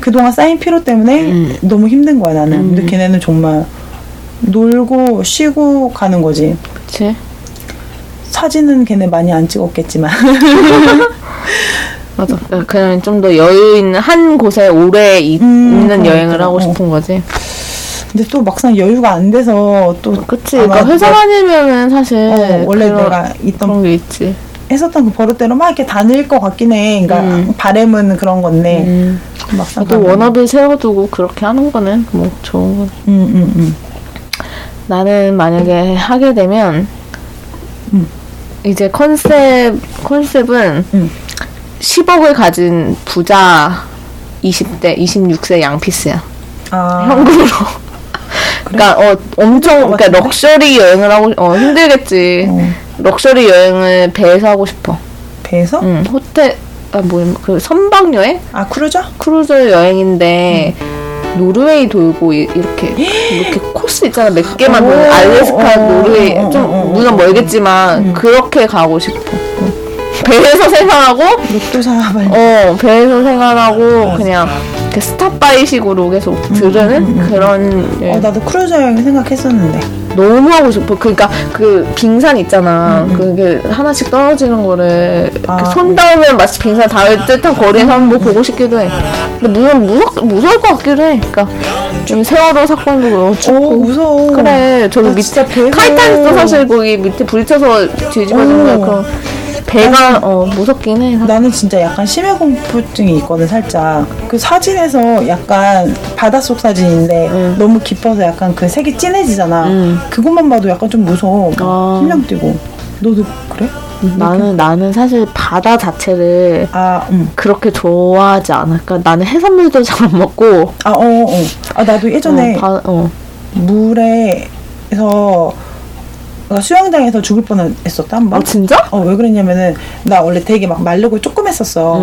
그동안 쌓인 피로 때문에
음.
너무 힘든 거야 나는. 근데 걔네는 정말 놀고 쉬고 가는 거지.
그치.
사진은 걔네 많이 안 찍었겠지만
맞아. 그러니까 그냥 좀 더 여유 있는 한 곳에 오래 이,
음,
있는 여행을
그러니까.
하고
어.
싶은 거지.
근데 또 막상 여유가 안 돼서 또
어, 그치.
아마
그러니까 회사
뭐-
다니면은 사실
어, 원래
그런,
내가 있던
그런 게 있지.
했었던 그 버릇대로 막 이렇게 다닐 것 같긴 해. 그러니까 바램은 그런 건데
음.
막상
또
가면-
음. 예. 워너비 세워두고 그렇게 하는 거는 뭐 좋은 거.
음, 음, 음.
나는 만약에 하게 되면 이제 컨셉 컨셉은
음.
10억을 가진 부자 20대 26세 양피스야.
아,
현금으로. 그러니까어 엄청
것
그러니까
같은데?
럭셔리 여행을 하고 어 힘들겠지. 럭셔리 여행을 배에서 하고 싶어.
배에서?
응. 호텔 아뭐그 선박 여행?
아, 크루저?
크루즈 여행인데 노르웨이 돌고 이- 이렇게 이렇게 코스 있잖아 몇 개만
오,
도는 알래스카
어,
노르웨이
어,
좀
어, 음. 어,
물론 멀겠지만 그렇게 가고 싶어 배에서 생활하고
록도 사발
어 배에서 생활하고 그냥 이렇게 스탑바이식으로 계속 들으는
음,
그런
어,
여행.
나도 크루저 여행 생각했었는데.
너무 하고 싶어 그러니까 그 빙산 있잖아 그게 하나씩 떨어지는 거를 이렇게
아,
손 닿으면 마치 빙산 닿을 듯한 거리에서 한번 뭐 보고 싶기도 해 근데 물론 무서, 무서울 것 같기도 해 그러니까 지금 세월호 사건도
오,
그렇고
무서워.
그래 저기
나
밑에
진짜 배가-
타이탄도 사실 거기 밑에 부딪혀서 뒤집어지는
오.
그런 배가 어 무섭긴 해
나는 진짜 약간 심해 공포증이 있거든 살짝 그 사진에서 약간 바닷속 사진인데
음.
너무 깊어서 약간 그 색이 진해지잖아 그것만 봐도 약간 좀 무서워
아.
심장 뛰고 너도 그래?
나는 나는 사실 바다 자체를
아음아어어아
그렇게 좋아하지 않을까 나는 해산물도 잘 안 먹고
어, 어. 아, 나도 예전에
어, 바, 어.
물에서 나 수영장에서 죽을 뻔했었다 한번
아 진짜?
어 왜 그랬냐면은 나 원래 되게 막 마르고 조그맸었어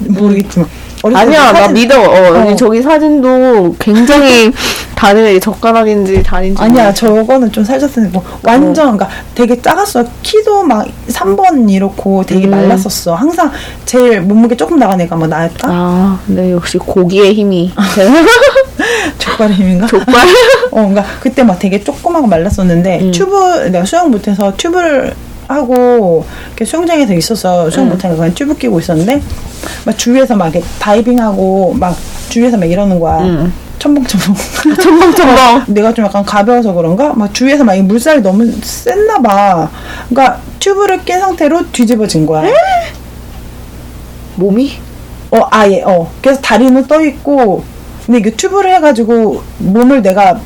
모르겠지만 어렸을 때
음. 아니야 나
사진-
믿어 어,
어.
저기 사진도 굉장히 다들 젓가락인지 다른지
아니야 저거는 좀 살쪘으니까 완전 그러니까 되게 작았어 키도 막 3번 이렇고 되게
음.
말랐었어 항상 제일 몸무게 조금 나간 애가 뭐 나였다
아 근데 역시 고기의 힘이
아. 족발 힘인가
족발
어 그러니까 그때 막 되게 조그맣고 말랐었는데 튜브 내가 수영 못해서 튜브를 하고 이렇게 수영장에서 있었어 수영 못하니까 그냥 튜브 끼고 있었는데 막 주위에서 막 이렇게 다이빙하고 막 주위에서 막 이러는 거야 첨벙첨벙
첨벙첨벙
내가 좀 약간 가벼워서 그런가? 막 주위에서 막 이 물살이 너무 셌나 봐. 그러니까 튜브를 낀 상태로 뒤집어진 거야.
몸이
어, 아예, 어. 그래서 다리는 떠있고, 근데 이게 튜브를 해가지고 몸을 내가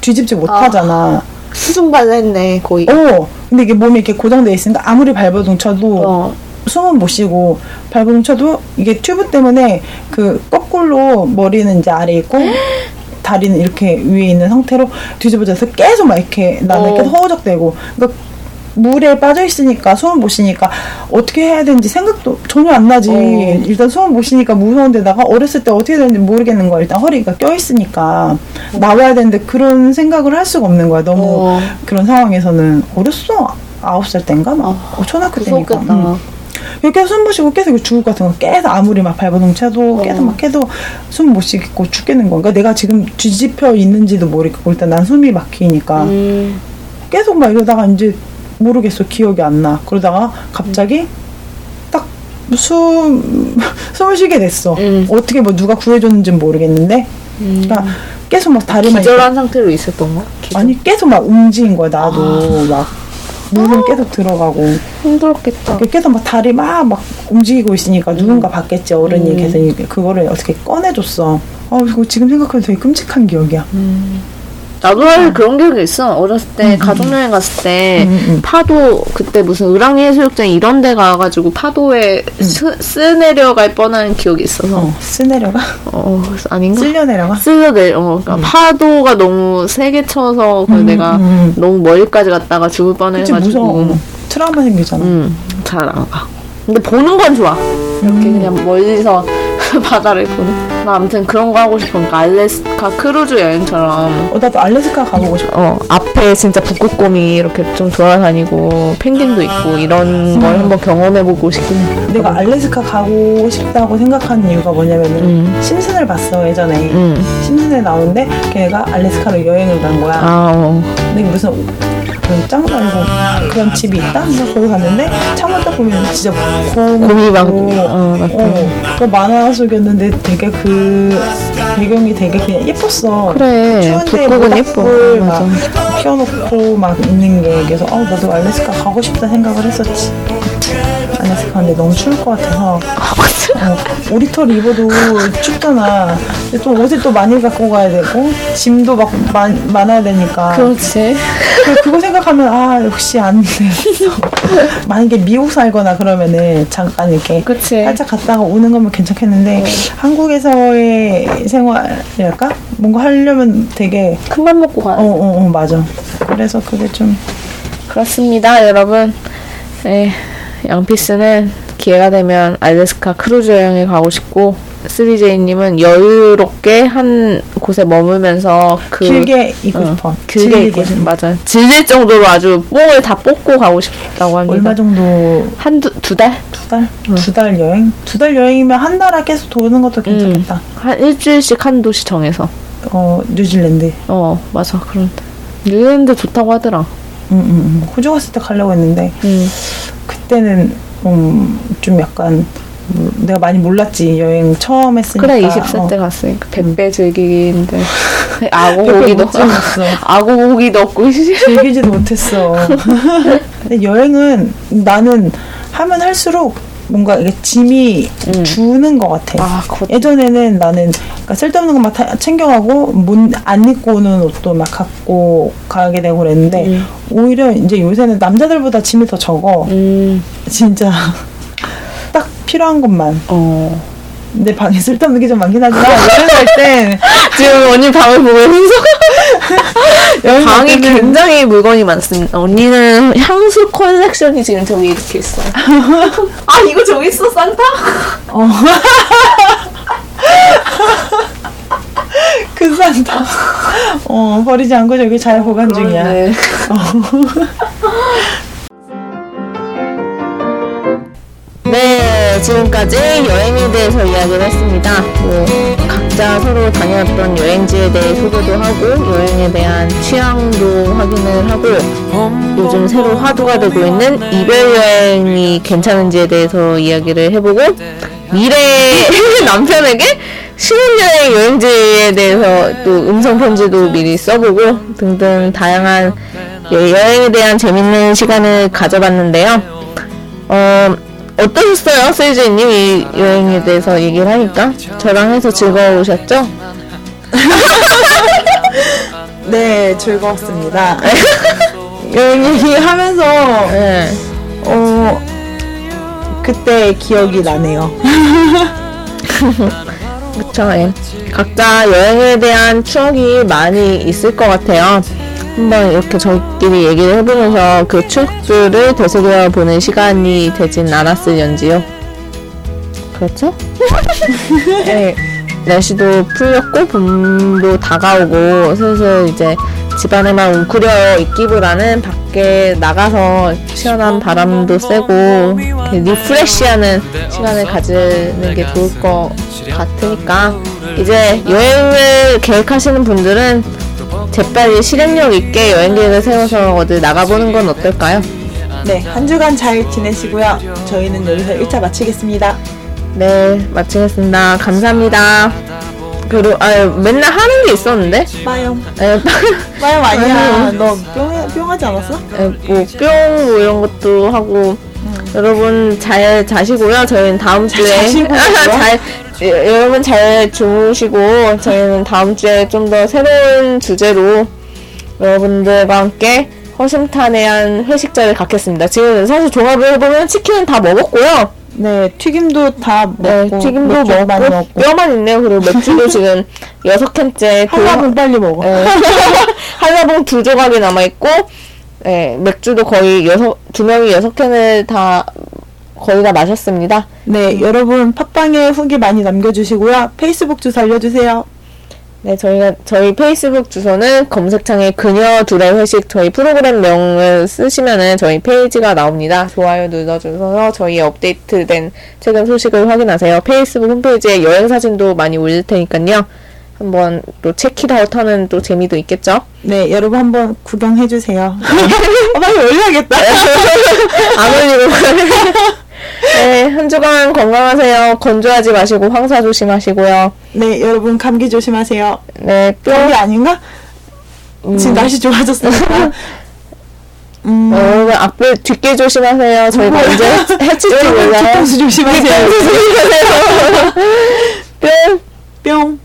뒤집지 못하잖아.
수중발했네 거의
어. 근데 이게 몸이 이렇게 고정돼 있으니까 아무리 발버둥 쳐도
어.
숨은 못 쉬고 발버둥 쳐도 이게 튜브 때문에 그 거꾸로 머리는 이제 아래 있고 다리는 이렇게 위에 있는 상태로 뒤집어져서 계속 막 이렇게 나는
어.
이렇게 허우적대고 그러니까 물에 빠져 있으니까 숨을 못 쉬니까 어떻게 해야 되는지 생각도 전혀 안 나지
어.
일단 숨을 못 쉬니까 무서운데다가 어렸을 때 어떻게 되는지 모르겠는 거야 일단 허리가 껴 있으니까 나와야 되는데 그런 생각을 할 수가 없는 거야 너무
어.
그런 상황에서는 어렸어 아홉 살 때인가 막 어,
그
초등학교 때니까 음.
무섭겠다
응. 계속 숨 못 쉬고 계속 죽을 것 같은 거 계속 아무리 막 발버둥 쳐도
어.
계속 막 해도 숨 못 쉬겠고 죽겠는 건가 내가 지금 뒤집혀 있는지도 모르겠고 일단 난 숨이 막히니까
음.
계속 막 이러다가 이제 모르겠어 기억이 안 나 그러다가
음.
갑자기 딱 숨 숨을 쉬게 됐어
음.
어떻게 뭐 누가 구해줬는지는 모르겠는데
음.
그러니까 계속 막 다리만
기절한 상태로 있었던 거? 기절.
아니 계속 막 움직인 거야
아.
나도 막 물은 계속 들어가고
힘들었겠다
이렇게 계속 막 다리 막 막 움직이고 있으니까
음.
누군가 봤겠지 어른이 계속 이렇게 그거를 어떻게 꺼내줬어. 아 이거 지금 생각해도 되게 끔찍한 기억이야.
나도 사실 그런 기억이 있어. 어렸을 때 가족여행 갔을 때
음, 음.
파도 그때 무슨 을왕리 해수욕장 이런 데 가가지고 파도에 스, 쓰내려갈 뻔한 기억이 있어서
어 쓰내려가
어, 그래서 아닌가?
쓸려내려가.
쓸려내 어, 그러니까 파도가 너무 세게 쳐서 그걸 어, 내가
음.
너무 멀리까지 갔다가 죽을
그치
뻔해가지고 음,
무서워. 어, 트라우마 생기잖아.
음잘 안 가. 근데 보는 건 좋아. 이렇게
음.
그냥 멀리서 바다를 보는. 나 아무튼 그런 거 하고 싶어. 그러니까 알래스카 크루즈 여행처럼
어 나도 알래스카 가보고 싶어.
어, 앞에 진짜 북극곰이 이렇게 좀 돌아다니고 펭귄도 있고 이런 걸 한번 경험해보고 싶긴 해.
내가 알래스카 가고 싶다고 생각하는 이유가 뭐냐면은
음.
심슨을 봤어 예전에.
응.
심슨에 나오는데 걔가 알래스카로 여행을 간 거야.
음, 아, 어.
근데 무슨 그런 짱도 아니고 그런 집이 있다? 그래서 거기 갔는데 창문 딱 보면 진짜 곰
곰이 막,
있고,
어, 맞다.
어, 그 만화 속이었는데 되게 그 배경이 되게 그냥 예뻤어
그래.
추운데 뭐
북극은 예뻐.
모닥불
맞아.
막 피워놓고 막 있는 게 그래서 어, 나도 알래스카 가고 싶다 생각을 했었지 안에서 가는데 너무 추울 것 같아서 어, 오리털 입어도 춥잖아. 근데 또 옷을 또 많이 갖고 가야 되고 짐도 막 많, 많아야 되니까.
그렇지.
그- 그거 생각하면 아 역시 안 돼. 만약에 미국 살거나 그러면은 잠깐 이렇게
그치.
살짝 갔다가 오는 거면
네.
괜찮겠는데 한국에서의 생활이랄까 뭔가 하려면 되게
큰 맘 먹고 가.
어어어 어, 어, 맞아. 그래서 그게 좀
그렇습니다, 여러분. 네, 양피스는 기회가 되면 알래스카 크루즈 여행에 가고 싶고 3제이님은 여유롭게 한 곳에 머물면서 그
길게 있고
어,
싶어.
길게
즐기고
있고 싶
싶어.
맞아. 질릴 정도로 아주 뽕을 다 뽑고 가고 싶다고 어. 합니다.
얼마 정도
한두두 달?
두 달? 두 달 여행? 두 달 여행이면 한 나라 계속 도는 것도 괜찮겠다.
한 일주일씩 한 도시 정해서.
어 뉴질랜드.
어, 맞아. 그런. 뉴질랜드 좋다고 하더라.
음, 음, 음. 호주 갔을 때 가려고 했는데
음.
그때는 음, 좀 약간 음, 내가 많이 몰랐지 여행 처음 했으니까 어. 음.
그래 20세 때 갔으니까 100배 즐기기인데 아고 고기도
못 즐겼어.
아고 고기도 없고
즐기지도 못했어 근데 여행은 나는 하면 할수록 뭔가 이게 짐이 주는 것 같아
음. 아, 그거-
예전에는 나는 그러니까 쓸데없는 것만 다 챙겨가고 못- 안 입고 오는 옷도 막 갖고 가게 되고 그랬는데 오히려 이제 요새는 남자들보다 짐이 더 적어
음. 음어
진짜 딱 필요한 것만 어. 내 방에 쓸데없는 게 좀 많긴 하지만 여행 갈때
지금 언니 방을 보고 흔적
여행 갈
방이
때는
굉장히 물건이 많습니다 언니는 향수 컬렉션이 지금 저기 이렇게 있어요 아 이거 저기 있어 산타?
그 산다. 어 버리지 않고 저기 잘 보관 중이야.
네. 네, 지금까지 여행에 대해서 이야기를 했습니다. 뭐, 각자 서로 다녀왔던 여행지에 대해 소개도 하고, 여행에 대한 취향도 확인을 하고, 요즘 새로 화두가 되고 있는 이별 여행이 괜찮은지에 대해서 이야기를 해보고, 미래의 남편에게 신혼여행 여행지에 대해서 또 음성편지도 미리 써보고, 등등 다양한 예, 여행에 대한 재밌는 시간을 가져봤는데요. 어, 어떠셨어요? 세이즈님 이 여행에 대해서 얘기를 하니까 저랑 해서 즐거우셨죠?
네 즐거웠습니다. 여행 얘기하면서
네.
어 그때 기억이 나네요.
그쵸, 예. 각자 여행에 대한 추억이 많이 있을 것 같아요. 한번 이렇게 저희끼리 얘기를 해보면서 그 추억들을 되새겨보는 시간이 되진 않았을연지요. 그렇죠? 네. 날씨도 풀렸고, 봄도 다가오고, 슬슬 이제 집안에만 웅크려 있기보다는 밖에 나가서 시원한 바람도 쐬고, 이렇게 리프레쉬하는 시간을 가지는 게 좋을 것 같으니까 이제 여행을 계획하시는 분들은 재빨리 실행력 있게 여행 계획을 세워서 어디 나가보는 건 어떨까요?
네 한 주간 잘 지내시고요. 저희는 여기서 1차 마치겠습니다.
네, 마치겠습니다. 감사합니다. 그리고 아, 맨날 하는 게 있었는데 네,
빠염
에,
빠염 아니야. 너뿅 뿅하지 않았어?
에, 뭐, 뿅, 뭐 이런 것도 하고 여러분 잘 자시고요. 저희는 다음 주에
음. 자시고요?
잘 여- 여러분 잘 주무시고 저희는 다음 주에 좀 더 새로운 주제로 여러분들과 함께 허심탄회한 회식자를 갖겠습니다. 지금 사실 종합을 해보면 치킨은 다 먹었고요.
네 튀김도 다 먹고
네, 튀김도
맥주 많이
먹고
먹고
뼈만 있네요. 그리고 맥주도 지금 여섯 캔째 그-
한라봉 빨리 먹어.
한라봉 두 조각이 남아 있고, 예, 맥주도 거의 여섯 두 명이 여섯 캔을 다 거의 다 마셨습니다.
네, 여러분 팟빵에 후기 많이 남겨주시고요. 페이스북 주소 알려주세요.
네, 저희가 저희 페이스북 주소는 검색창에 그녀 둘의 회식 저희 프로그램 명을 쓰시면은 저희 페이지가 나옵니다. 좋아요 눌러주셔서 저희 업데이트된 최근 소식을 확인하세요. 페이스북 홈페이지에 여행 사진도 많이 올릴 테니까요. 한번 또 체키다웃하는 또 재미도 있겠죠.
네, 여러분 한번 구경해주세요. 어, 빨리 올려야겠다.
안 올리고. 네, 한 주간 건강하세요. 건조하지 마시고 황사 조심하시고요.
네, 여러분 감기 조심하세요.
네, 뿅.
음. 감기 아닌가? 지금 날씨 좋아졌으니까.
여러분 앞에 어, 뒷길 조심하세요. 저희 먼저 해치지
여러분
몰라요.
뒤통수 조심하세요.
뿅.
뿅.